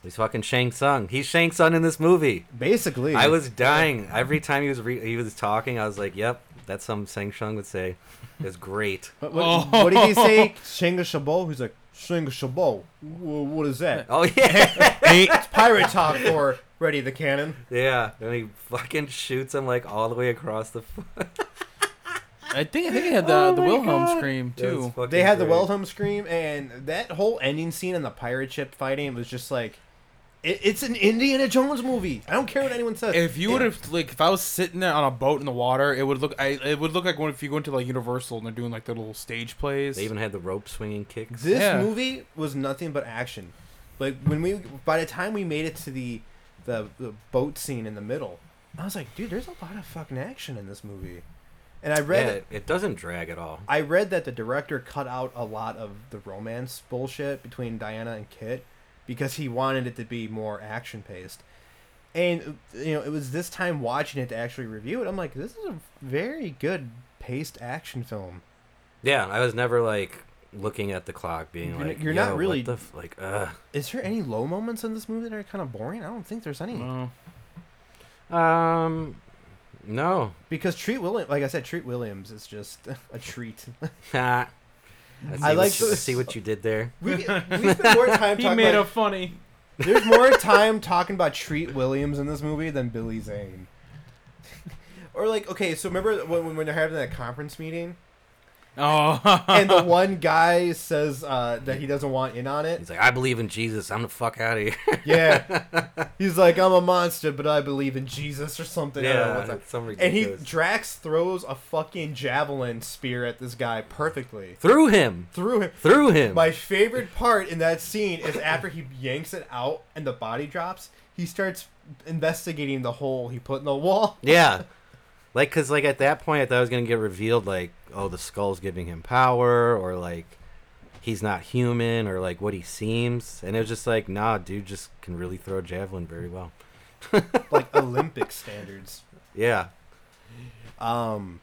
C: He's fucking Shang Tsung. He's Shang Tsung in this movie.
A: Basically,
C: I was dying every time he was re- he was talking. I was like, "Yep, that's something Shang Tsung would say." It's
A: [laughs]
C: great.
A: What, what, what did he say? Shinga Shabo. He's like Shinga Shabo. Wh- What is
C: [laughs]
A: that?
C: Oh yeah,
A: it's pirate talk for ready the cannon.
C: yeah. And he fucking shoots him like all the way across the. F-
B: I think I think he had the,
A: Oh
B: the Wilhelm scream too.
A: They had the Wilhelm scream, and that whole ending scene in the pirate ship fighting was just like, it, it's an Indiana Jones movie. I don't care what anyone says.
B: If you
A: It-
B: would have like, if I was sitting there on a boat in the water, it would look. I it would look like when if you go into like Universal and they're doing like the little stage plays.
C: They even had the rope swinging kicks.
A: This
B: Yeah.
A: movie was nothing but action. Like when we, by the time we made it to the, the, the boat scene in the middle, I was like, dude, there's a lot of fucking action in this movie. And I read,
C: yeah, it, it doesn't drag at all.
A: I read that the director cut out a lot of the romance bullshit between Diana and Kit, because he wanted it to be more action paced. And you know, it was this time watching it to actually review it. I'm like, this is a very good paced action film.
C: Yeah, I was never like, looking at the clock, being
A: You're n-
C: like,
A: you're not
C: "Yo, what
A: really-
C: the f-" like, uh,
A: Is there any low moments in this movie that are kind of boring? I don't think there's any.
B: No.
C: um, no, [laughs]
A: Because Treat Williams, like I said, Treat Williams is just [laughs] a treat.
C: I,
A: I
C: like
A: like
C: to
A: the-
C: see what you did there.
A: We, we
B: [laughs]
A: spend more time
B: He
A: talking
B: made a
A: about,
B: funny.
A: There's more time talking about Treat Williams in this movie than Billy Zane. [laughs] or like, okay, so remember when, when- when they're having that conference
B: [laughs]
A: meeting
B: Oh.
A: and the one guy says uh, that he doesn't want in on it?
C: He's like, I believe in Jesus. I'm the fuck out
A: [laughs]
C: of here.
A: Yeah. He's like, I'm a monster, but I believe in Jesus or something. I
C: [laughs]
A: don't know what the-
C: it's some
A: and he
C: ridiculous-
A: Drax throws a fucking javelin spear at this guy perfectly
C: through him,
A: through him.
C: through him.
A: My favorite part in that scene is after he yanks it out and the body drops, he starts investigating the hole he put in the wall.
C: Yeah. Like, cause like at that point, I thought I was gonna get revealed, like, oh, the skull's giving him power, or like, he's not human, or like what he seems, and it was just like, nah, dude, just can really throw a javelin very well. [laughs]
A: Like Olympic standards.
C: Yeah,
A: Um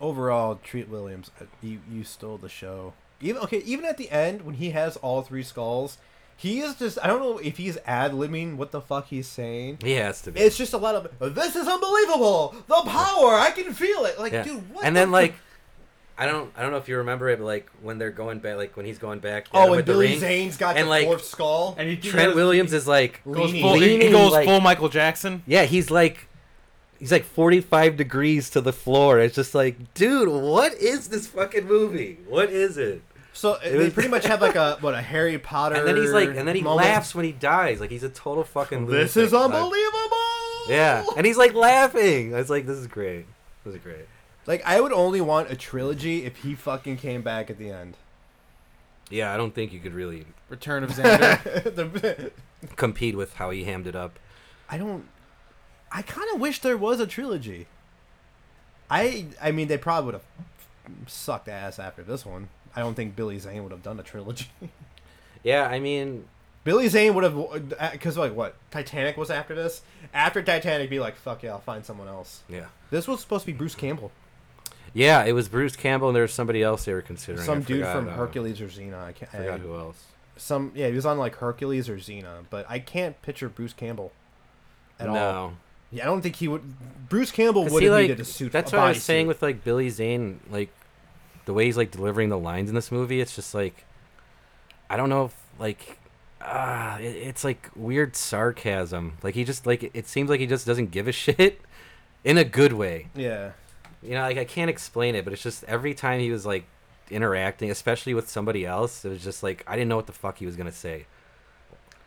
A: overall, Treat Williams, uh, you you stole the show. Even okay, even at the end when he has all three skulls, he is just I don't know if he's ad libbing what the fuck he's saying.
C: he has to be.
A: It's just a lot of this is unbelievable. The power, I can feel it. Like,
C: yeah.
A: dude, what?
C: and
A: the
C: then
A: fu-
C: like, I don't, I don't know if you remember it, but like when they're going back, like when he's going back, at him
A: oh,
C: with
A: and
C: the
A: Billy
C: ring,
A: Zane's got
C: and,
A: the
C: like,
A: dwarf skull.
B: and he
C: Trent Williams is like,
B: goes
A: leaning.
B: full, he- he
C: Leaning,
B: goes
C: like-
B: full Michael Jackson.
C: yeah, he's like. He's like 45 degrees to the floor. It's just like, dude, what is this fucking movie? What is it?
A: So
C: It
A: they
C: was-
A: pretty much have like
C: [laughs]
A: a what a Harry Potter.
C: and then he's like, and then he
A: moment.
C: laughs when he dies. Like he's a total fucking.
A: This
C: lunatic.
A: is
C: Like,
A: unbelievable.
C: Yeah, and he's like laughing. I was like, this is great. This is great.
A: Like I would only want a trilogy if he fucking came back at the [laughs] end.
C: Yeah, I don't think you could really
B: Return
A: [laughs]
B: of Xander.
A: The-
C: compete with how he hammed it up.
A: I don't. I kind of wish there was a trilogy. I I mean they probably would have sucked ass after this one. I don't think Billy Zane would have done a trilogy. [laughs]
C: Yeah, I mean,
A: Billy Zane would have because like what Titanic was after this. After Titanic, be like fuck yeah, I'll find someone else.
C: yeah,
A: This was supposed to be Bruce Campbell,
C: yeah. It was Bruce Campbell, and there was somebody else they were considering.
A: some
C: I
A: dude
C: forgot,
A: from
C: uh,
A: Hercules or Xena. I can't.
C: I forgot
A: I-
C: who else.
A: some yeah, he was on like Hercules or Xena, but I can't picture Bruce Campbell at all.
C: no,
A: Yeah, I don't think he would. Bruce Campbell
C: 'Cause
A: would
C: he,
A: have
C: like-
A: needed a suit.
C: that's
A: a
C: what I
A: bodysuit.
C: was saying with like Billy Zane, like the way he's like delivering the lines in this movie. It's just like, I don't know if like. Ah, it, it's like weird sarcasm. Like he just like it seems like he just doesn't give a [laughs] shit, in a good way.
A: Yeah,
C: you know, like I can't explain it, but it's just every time he was like interacting, especially with somebody else, it was just like I didn't know what the fuck he was gonna say,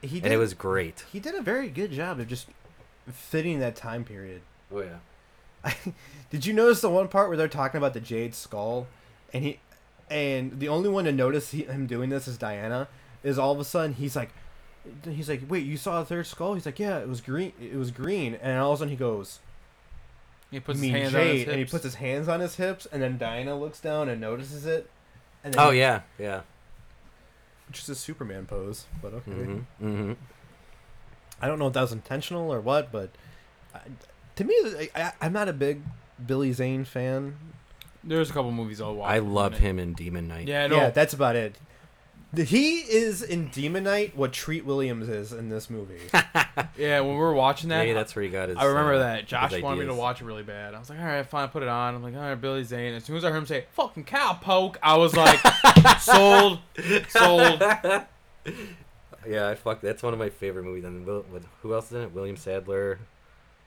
A: he did.
C: and it was great.
A: he did a very good job of just fitting that time period.
C: Oh yeah,
A: Did you notice the one part where they're talking about the jade skull, and he, and the only one to notice he, him doing this is Diana. Is all of a sudden he's like, he's like, wait, you saw the third skull? He's like, yeah, it was green. It was green, and all of a sudden he goes,
B: He puts
A: you
B: his
A: mean
B: hands on his
A: jade,
B: hips.
A: and he puts his hands on his hips, and then Diana looks down and notices it. And then
C: oh
A: he-
C: yeah, yeah.
A: just a Superman pose, but okay.
C: hmm hmm
A: I don't know if that was intentional or what, but I, to me, I, I, I'm not a big Billy Zane fan.
B: There's a couple movies I'll watch.
C: I
B: in a
C: love
B: minute.
C: him in Demon Knight.
B: Yeah, I know.
A: Yeah, that's about it. The- He is in Demonite what Treat Williams is in this movie.
B: yeah, when we were watching that,
C: maybe that's where he got his.
B: I remember
C: uh,
B: that. Josh
C: his
B: wanted me to
C: ideas.
B: watch it really bad. I was like, all right, fine, put it on. I'm like, all right, Billy Zane. As soon as I heard him say, fucking cowpoke, I was
C: [laughs]
B: like, sold, sold.
C: Yeah, I fuck. That's one of my favorite movies. And Will, with, who else is in it? William Sadler,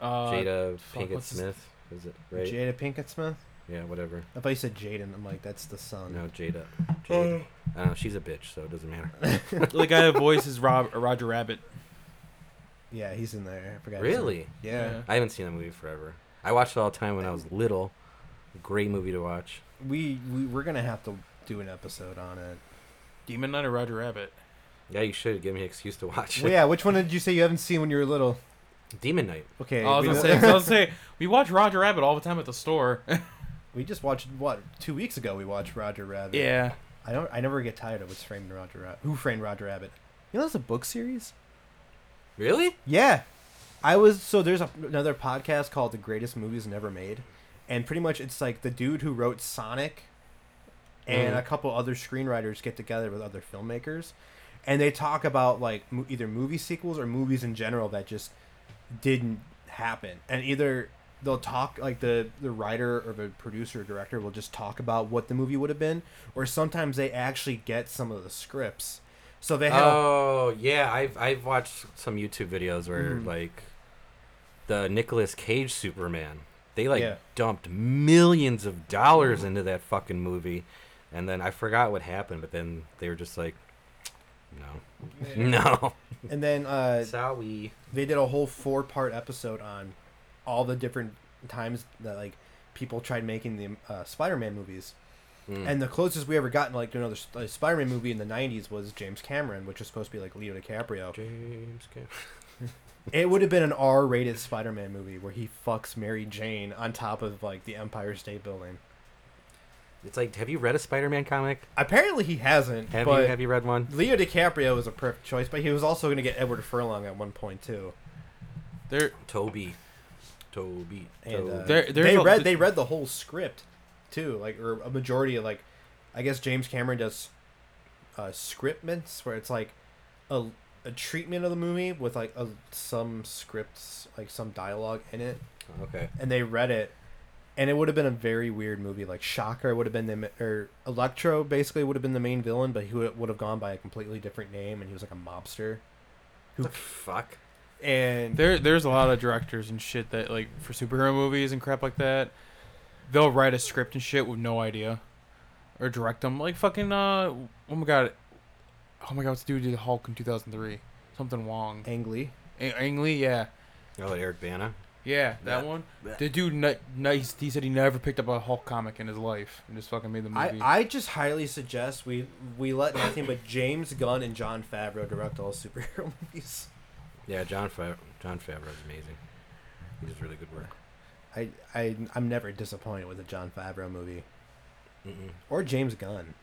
B: Uh,
C: Jada
B: fuck,
C: Pinkett
B: what's his-
C: Smith. Is it [laughs] right?
A: Jada Pinkett Smith.
C: yeah, whatever.
A: I thought you said Jaden. I'm like, that's the son.
C: No, Jada.
A: Oh.
C: Jade. I don't know. She's a bitch, so it doesn't matter.
B: the guy that voices Rob, uh, Roger Rabbit.
A: Yeah, he's in there. I forgot. his name.
C: Really?
A: Yeah.
B: Yeah.
C: I haven't seen that movie forever. I watched it all the time when I was little. Great movie to watch.
A: We, we we're gonna have to do an episode on it.
B: Demon Knight or Roger Rabbit?
C: Yeah, you should give me an excuse to watch it.
A: Well, yeah. Which one did you say you haven't seen when you were little?
C: Demon Knight.
A: Okay.
B: Oh, I was
A: we
B: gonna
A: know-
B: say, 'cause I was gonna
C: [laughs]
B: say, we watch Roger Rabbit all the time at the store.
A: We just watched what two weeks ago. We watched Roger Rabbit.
B: yeah,
A: I don't. I never get tired of what's framed Roger Rabbit. Who framed Roger Rabbit? You know, that's a book series.
C: Really?
A: Yeah, I was. So there's a, another podcast called "The Greatest Movies Never Made," and pretty much it's like the dude who wrote Sonic and
C: Mhm.
A: a couple other screenwriters get together with other filmmakers, and they talk about like mo- either movie sequels or movies in general that just didn't happen, and either they'll talk like the the writer or the producer or director will just talk about what the movie would have been, or sometimes they actually get some of the scripts, so they have a
C: Oh yeah, I've I've watched some YouTube videos where
A: Mhm.
C: like the Nicolas Cage Superman, they like
A: Yeah. Mm-hmm.
C: dumped millions of dollars into that fucking movie, and then I forgot what happened, but then they were just like, no, [laughs] no,
A: [laughs] And then uh,
C: sorry.
A: they did a whole four part episode on all the different times that like people tried making the uh, Spider-Man movies.
C: Mm.
A: And the closest we ever got like to another s- uh, Spider-Man movie in the '90s was James Cameron, which was supposed to be like Leo DiCaprio.
C: James Cameron.
A: It would have been an R-rated Spider-Man movie where he fucks Mary Jane on top of like the Empire State Building.
C: It's like, have you read a Spider-Man comic?
A: Apparently, he hasn't.
C: Have
A: but
C: you have you read one?
A: Leo DiCaprio was a perfect choice, but he was also going to get Edward Furlong at one point too.
B: There,
C: Toby, Toby,
A: and uh,
C: Toby.
B: There- there's
A: they
B: a-
A: read they read the whole script too like or a majority of like i guess james cameron does uh scriptments where it's like a, a treatment of the movie with like a, some scripts like some dialogue in it
C: okay.
A: and they read it and it would have been a very weird movie like shocker would have been the ma- or electro basically would have been the main villain but he would would have gone by a completely different name and he was like a mobster Who-
C: the fuck?
A: and
B: there, there's a lot of directors and shit that like for superhero movies and crap like that, they'll write a script and shit with no idea, or direct them like fucking uh oh my god, oh my god, what's the dude who did Hulk in 2003? Something Wong,
A: ang lee
B: A- Ang Lee, yeah,
C: Oh, Eric Bana.
B: yeah, that
C: Yeah.
B: one.
C: Yeah.
B: The dude, ni- nice. He said he never picked up a Hulk comic in his life and just fucking made the
A: I,
B: movie.
A: I just highly suggest we we let nothing but James Gunn and John Favreau direct all superhero [laughs] movies.
C: Yeah, John Fa- John Favreau is amazing. He does really good work.
A: I, I I'm never disappointed with a John Favreau movie
C: Mm-mm.
A: or James Gunn.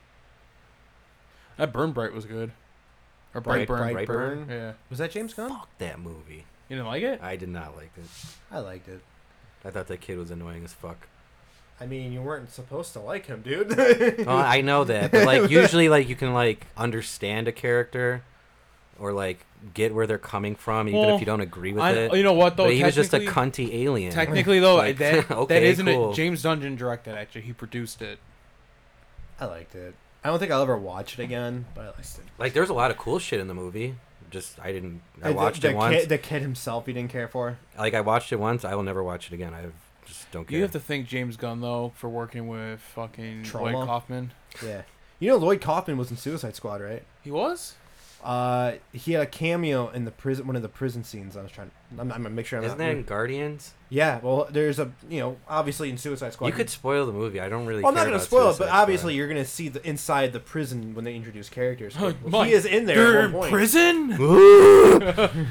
B: that Burn Bright was good, or
A: Bright-
B: Bright, Burn.
A: Bright Burn?
B: yeah.
A: Was that James Gunn?
C: Fuck that movie.
B: You didn't like it?
C: I did not like it.
A: I liked it.
C: I thought that kid was annoying
A: [laughs]
C: as fuck.
A: I mean, you weren't supposed to like him, dude.
C: [laughs] Oh, I know that, but like usually, like you can like understand a character, or like get where they're coming from, even
B: Well,
C: if you don't agree with
B: I-
C: it.
B: you know what though?
C: but he was just a
B: Technically-
C: cunty alien.
B: Technically, though,
C: Like, [laughs]
B: that that
C: okay,
B: isn't
C: cool.
B: it. James Dungeon directed actually. He produced it.
A: [laughs] I liked it. I don't think I'll ever watch it again, but I liked it.
C: like there's a lot of cool shit in the movie. Just I didn't. I
A: And the-
C: watched
A: the,
C: it once.
A: Kid, the kid himself, you didn't care for.
C: Like I watched it once. I will never watch it again. I just don't care.
B: You have to thank James Gunn though for working with fucking
A: Trauma.
B: Lloyd Kaufman.
A: Yeah, you know Lloyd Kaufman was in Suicide Squad, right?
B: He was.
A: Uh, he had a cameo in the prison, one of the prison scenes. I was trying. I'm, I'm gonna make sure I'm
C: Isn't
A: not.
C: that in Guardians?
A: Yeah, well, there's a you know obviously in Suicide Squad.
C: You could spoil the movie. I don't really.
A: Well, I'm not
C: care
A: gonna
C: about
A: spoil it,
C: Suicide
A: but
C: Squad.
A: obviously you're gonna see the inside the prison when they introduce characters.
B: Huh,
A: Well,
B: Mike,
A: he is in there.
B: You're
A: At
B: in
A: one point.
B: prison.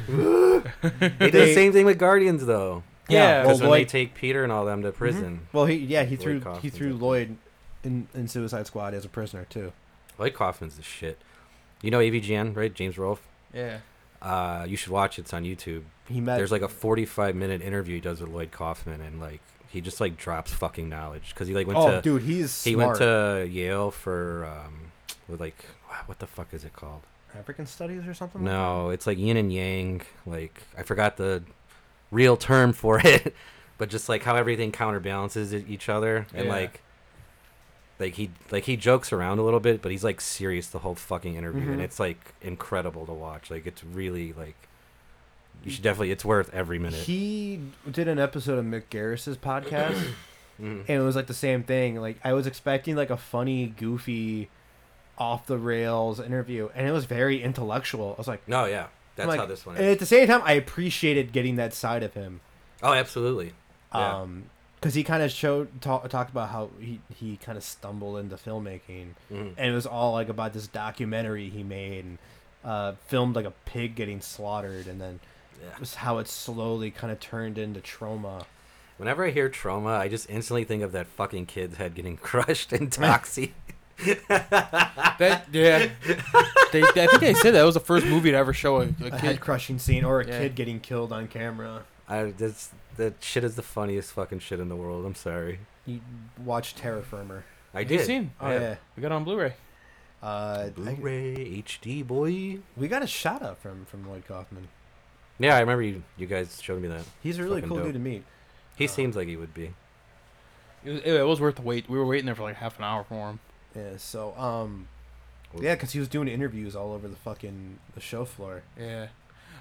C: they did
A: They-
C: the same thing with Guardians though.
B: Yeah.
A: Well,
C: Because when they
A: Lloyd. Mhm.
C: take Peter and all them to prison,
A: Well, he yeah he threw he
C: Kaufman's
A: threw
C: in.
A: Lloyd in in Suicide Squad as a prisoner too.
C: Lloyd Kaufman's the shit. You know AVGN, right? James Rolfe.
B: Yeah.
C: Uh, you should watch it. It's on YouTube.
A: He met.
C: There's like a 45 minute interview he does with Lloyd Kaufman, and like he just like drops fucking knowledge because he like went
A: oh
C: to
A: dude, he's
C: he
A: smart.
C: went to Yale for um with like ah, what the fuck is it called?
A: African studies or something. like
C: No, it's like yin and yang. Like I forgot the real term for [laughs] it, but just like how everything counterbalances e- each other, and
B: Yeah.
C: like, like he like he jokes around a little bit, but he's like serious the whole fucking interview, and
A: Mhm.
C: it's like incredible to watch. Like it's really like you should definitely. It's worth every
A: that.
C: minute.
A: He did an episode of Mick Garris's podcast.
C: [coughs] Mhm.
A: and it was like the same thing. Like I was expecting like a funny, goofy, off the rails interview, and it was very intellectual. I was like,
C: No, yeah, that's
A: like,
C: how this one
A: and
C: is.
A: at the same time, I appreciated getting that side of him,
C: Oh, absolutely. Yeah.
A: Um 'cause because he kind of showed talk, talked about how he he kind of stumbled into filmmaking,
C: Mhm.
A: and it was all like about this documentary he made and uh, filmed like a pig getting slaughtered, and then
C: Yeah.
A: it was how it slowly kind of turned into trauma.
C: Whenever I hear trauma, I just instantly think of that fucking kid's head getting [laughs] crushed in [laughs] Toxie.
B: That yeah. they, I think they said that was the first movie to ever show a, a
A: A
B: kid.
A: head crushing scene or a
B: Yeah.
A: kid getting killed on camera.
C: I that's that shit is the funniest fucking shit in the world. I'm sorry.
A: You watch Terra Firma.
C: I
B: You
C: did.
B: seen?
A: Oh yeah.
B: We got it on Blu-ray.
A: Uh, I-
C: Blu-ray HD boy.
A: we got a shout out from from Lloyd Kaufman.
C: Yeah, I remember you, you guys showed me that.
A: He's a really
C: Fucking
A: cool
C: dope.
A: dude to meet.
C: He
A: Uh,
C: seems like he would be.
B: It was, it was worth the wait. We were waiting there for like half an hour for him.
A: Yeah. So um,
C: Cool.
A: yeah, because he was doing interviews all over the fucking the show floor.
B: Yeah.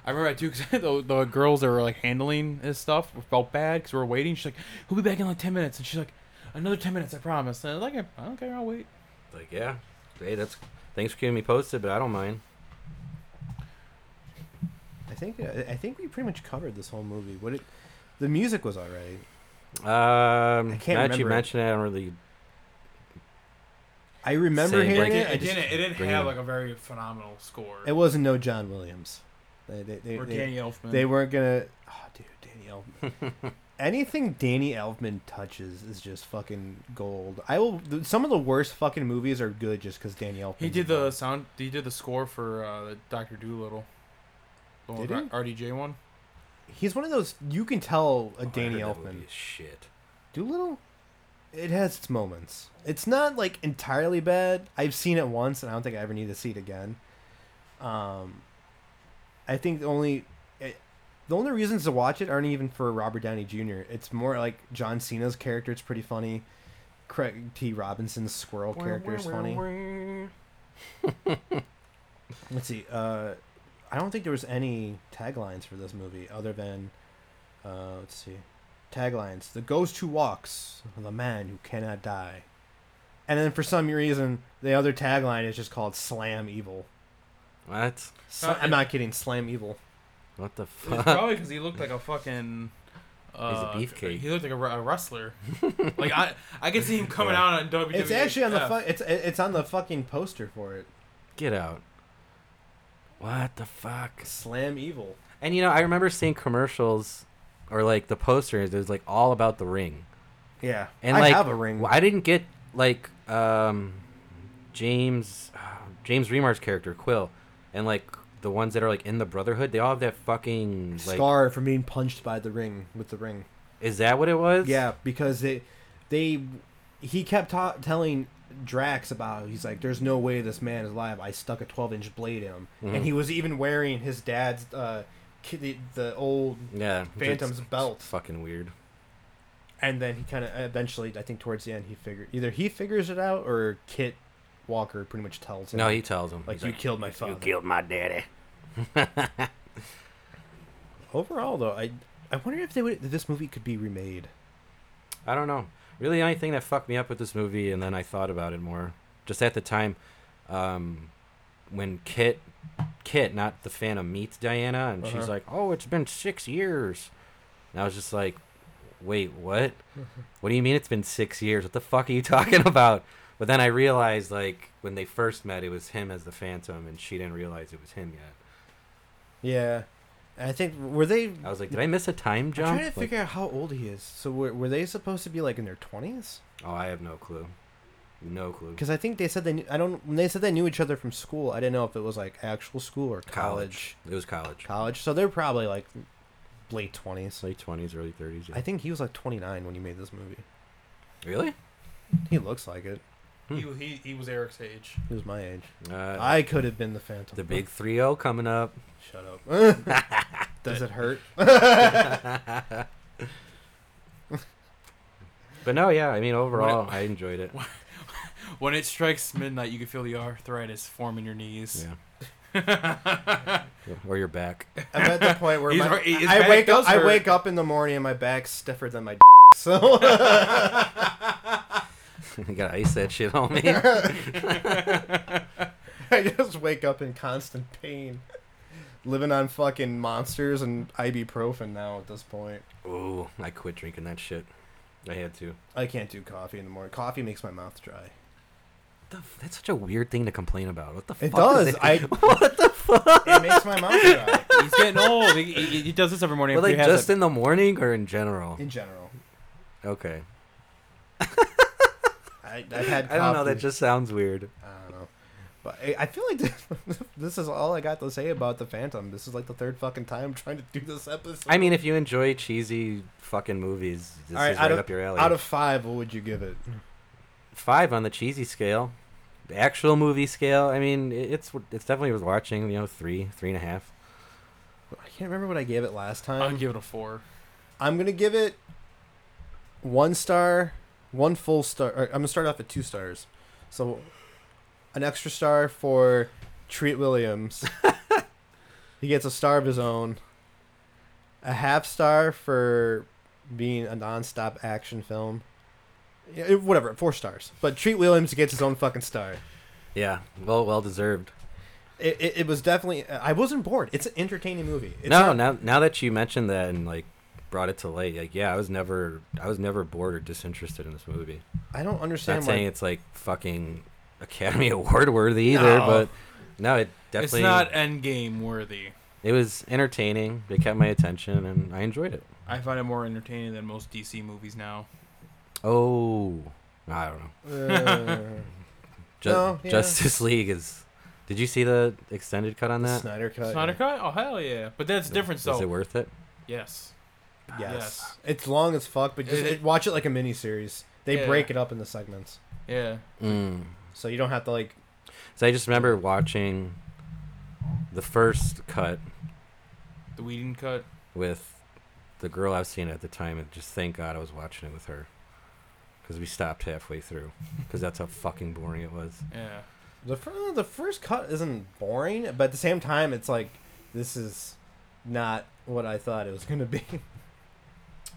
B: I remember that too, because [laughs] the, the girls that were like handling his stuff felt bad because we were waiting. She's like, "We'll be back in like ten minutes," and she's like, "Another ten minutes, I promise." And I was like, "I don't care, I'll wait."
C: Like, yeah. Hey, that's thanks for keeping me posted, but I don't mind.
A: I think uh, I think we pretty much covered this whole movie. What it, the music was alright.
C: Um,
A: I can't
C: now that you
A: remember it.
C: mentioned it, I don't really.
A: I remember
C: Same,
A: hearing
C: like,
A: it.
C: it-
A: I
C: it
A: just-
B: it didn't
C: bring it have, in. like,
B: a very phenomenal score.
A: it wasn't no John Williams. They they they, they,
B: Elfman.
A: they weren't gonna. Oh, dude, Danny Elfman.
C: [laughs]
A: Anything Danny Elfman touches is just fucking gold. I will. th- Some of the worst fucking movies are good just because Danny Elfman.
B: he did the sound. He did the score for uh, Doctor Doolittle. The one
A: Did
B: with RDJ one.
A: He's one of those you can tell a
C: Oh, I
A: Danny
C: heard that movie
A: Elfman.
C: is Shit.
A: Doolittle. It has its moments. It's not like entirely bad. I've seen it once, and I don't think I ever need to see it again. Um, I think the only it, the only reasons to watch it aren't even for Robert Downey Jr. It's more like John Cena's character. It's pretty funny. Craig T. Robinson's squirrel character is funny. Let's see. Uh, I don't think there was any taglines for this movie other than, uh, let's see, taglines: "The ghost who walks, the man who cannot die," and then for some reason the other tagline is just called "Slam Evil."
C: What?
A: Sla-
B: Uh,
A: I'm not kidding. Slam Evil.
C: What
A: [laughs]
C: the
B: It's
C: fuck?
B: probably because he looked like a fucking. Uh,
C: beefcake.
B: He looked like a, wr-
A: [laughs]
B: a wrestler. like I, I could see him coming
C: Yeah.
B: out on E. WWE.
A: It's actually on the fu- it's it's on the fucking poster for it.
C: Get out. What the fuck?
A: Slam Evil.
C: And you know, I remember seeing commercials or like the posters. It was like all about the ring.
A: Yeah,
C: And
A: I
C: like,
A: have a ring.
C: Well, I didn't get like um, James uh, James Remar's character Quill, and like the ones that are like in the Brotherhood. They all have that fucking like.
A: Scar from being punched by the ring with the ring.
C: Is that what it was?
A: Yeah, because they, they, he kept ta- telling Drax about. He's like, "There's no way this man is alive." I stuck a 12 inch blade in him,
C: Mhm.
A: and he was even wearing his dad's, uh, ki- the, the old
C: Yeah.
A: Phantom's
C: It's
A: belt.
C: Fucking weird.
A: And then he kind of eventually, I think towards the end, he figured either he figures it out or Kit Walker pretty much tells him.
C: No, he tells him.
A: like
C: He's
A: you killed my father.
C: you killed my daddy.
A: Overall, though, I I wonder if they would if this movie could be remade.
C: I don't know. Really, the only thing that fucked me up with this movie, and then I thought about it more, just at the time, um, when Kit, Kit, not the Phantom, meets Diana, and she's
A: Uh-huh.
C: like, "Oh, it's been six years," and I was just like,
A: [laughs]
C: "Wait, what? What do you mean it's been six years? What the fuck are you [laughs] talking about?" But then I realized, like, when they first met, it was him as the Phantom, and she didn't realize it was him yet.
A: Yeah, And I think were they
C: I was like, "Did I miss a time jump?"
A: I'm trying to
C: Like,
A: figure out how old he is. So were, were they supposed to be like in their twenties?
C: oh, I have no clue. No clue.
A: Because I think they said they knew, I don't when they said they knew each other from school. I didn't know if it was like actual school or college.
C: College. It was college.
A: College. So they're probably like late twenties.
C: Late twenties, early thirties.
A: I think he was like 29 when he made this movie.
C: Really?
A: He looks like it.
B: He, he, he was Eric's age.
A: He was my age.
C: Uh,
A: I could have been the Phantom.
C: the big three zero coming up.
A: [laughs] Shut up. [laughs] Does it hurt?
C: But no, yeah. I mean, overall, I enjoyed it.
B: When it strikes midnight, you can feel the arthritis form in your knees.
C: Yeah. or your back.
A: I'm at the point where
B: He's
A: my,
B: right, his
A: I
B: back
A: wake up.
B: does
A: I
B: hurt.
A: wake up in the morning and my back's stiffer than my. [laughs] D-
B: [laughs]
A: so
C: [laughs] you gotta ice that shit
A: [laughs]
C: on me.
A: I just wake up in constant pain. Living on fucking monsters and ibuprofen now at this point.
C: Ooh, I quit drinking that shit. I had to.
A: I can't do coffee in the morning. Coffee makes my mouth dry.
C: The f- That's such a weird thing to complain about. What the fuck?
A: It
C: is
A: does.
C: that? [laughs]
A: I What the fuck? It makes my mouth dry.
B: [laughs] He's getting old. He, he, he does this every morning.
C: But
B: after
C: like
B: he has
C: just in the morning or in general?
A: In general.
C: Okay.
A: I, I've had coffee.
C: [laughs] I don't know. That just sounds weird.
A: I don't know. But I, I feel like this, [laughs] this is all I got to say about the Phantom. This is like the third fucking time I'm trying to do this episode.
C: I mean, if you enjoy cheesy fucking movies, this
A: All right,
C: is
A: out
C: right
A: of-
C: up your alley.
A: Out of five, what would you give it?
C: five on the cheesy scale, the actual movie scale. I mean, it, it's it's definitely worth watching. You know, three, three and a half.
A: I can't remember what I gave it last time.
B: I'd give it a four.
A: I'm gonna give it one star, one full star. Or I'm gonna start off at two stars, so an extra star for Treat
C: [laughs]
A: Williams. he gets a star of his own. A half star for being a non-stop action film. Yeah, it- whatever, four stars. But Treat Williams gets his own fucking star.
C: Yeah, well, well deserved.
A: It, it, it was definitely. I wasn't bored. It's an entertaining movie. It's
C: no,
A: not-
C: now now that you mentioned that and like brought it to light, like yeah, I was never I was never bored or disinterested in this movie.
A: I don't
C: Not
A: understand why
C: saying it's like fucking Academy [laughs] Award worthy either,
B: No.
C: but no, it definitely
B: It's not Endgame worthy.
C: it was entertaining. It kept my attention and I enjoyed it.
B: I find it more entertaining than most DC movies now.
C: Oh, I don't know. [laughs]
A: Uh,
C: Ju-
A: No, yeah.
C: Justice League is. Did you see the extended cut on that?
A: Snyder cut.
B: Snyder Cut? Oh hell yeah! But that's different.
C: Is it
B: So
C: worth it?
B: yes,
A: Yes.
B: Yes.
A: It's long as fuck, but just
B: It-
A: it, watch it like a mini series. They
B: Yeah.
A: break it up into segments,
B: yeah.
C: Mm.
A: so you don't have to like.
C: So I just remember watching the first cut
B: The Whedon cut.
C: with the girl I was seeing at the time, and just thank God I was watching it with her, because we stopped halfway through, because that's how fucking boring it was.
B: Yeah.
A: The fir- oh, the first cut isn't boring, but at the same time, it's like this is not what I thought it was gonna be. [laughs]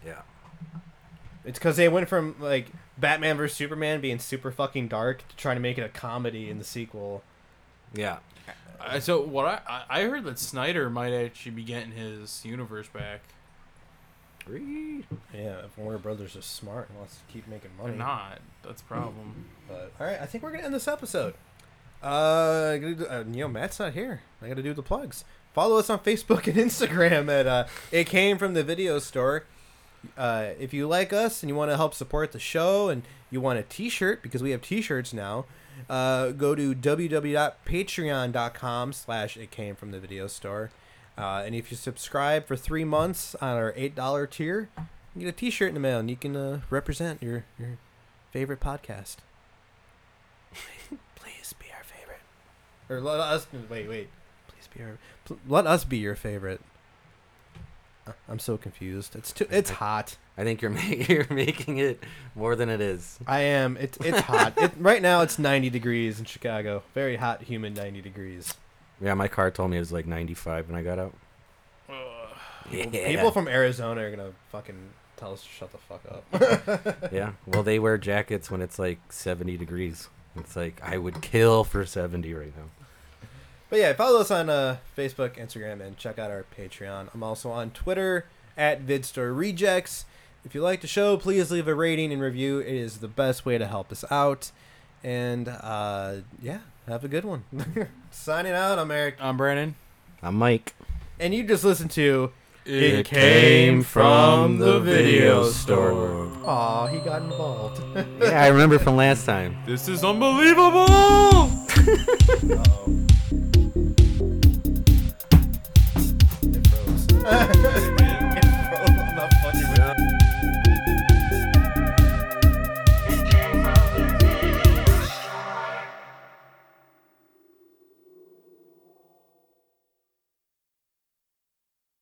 C: Yeah.
A: It's because they went from like Batman vs Superman being super fucking dark to trying to make it a comedy in the sequel.
C: Yeah.
B: I, so what I I I heard that Snyder might actually be getting his universe back.
A: Yeah, if Warner Brothers is smart and wants to keep making
B: They're
A: money.
B: not. That's a problem.
A: But all right, I think we're gonna end this episode. Uh, I gotta do- uh, you know, Matt's not here. I gotta do the plugs. Follow us on Facebook and [laughs] Instagram at uh, it came from the video store. Uh, if you like us and you want to help support the show and you want a T-shirt because we have T-shirts now, uh, go to www.patreon.com slash it came from the video store. Uh, and if you subscribe for three months on our eight dollar tier, you get a T-shirt in the mail and you can uh, represent your your favorite podcast. Please be our favorite. Or let us wait, wait. Please be our. pl- Let us be your favorite. Uh, I'm so confused. It's too. It's hot.
C: I think you're [laughs] making you're making it more than it is.
A: I am. It's it's [laughs] hot. It, right now it's 90 degrees in Chicago. Very hot, humid 90 degrees.
C: Yeah, my car told me it was like 95 when I got out.
B: Ugh.
C: Yeah.
A: People from Arizona are gonna fucking tell us to shut the fuck up. [laughs]
C: yeah. Well, they wear jackets when it's like 70 degrees. It's like I would kill for 70 right now.
A: But yeah, follow us on uh, Facebook, Instagram, and check out our Patreon. I'm also on Twitter at VidStore Rejects. If you like the show, please leave a rating and review. It is the best way to help us out. And uh, yeah, have a good one. [laughs] Signing out, I'm Eric.
B: I'm Brandon.
C: I'm Mike.
A: And you just listened to.
C: It came from the video store.
A: Aw, he got involved. [laughs]
C: Yeah, I remember from last time.
B: This is unbelievable.
A: Uh-oh. [laughs]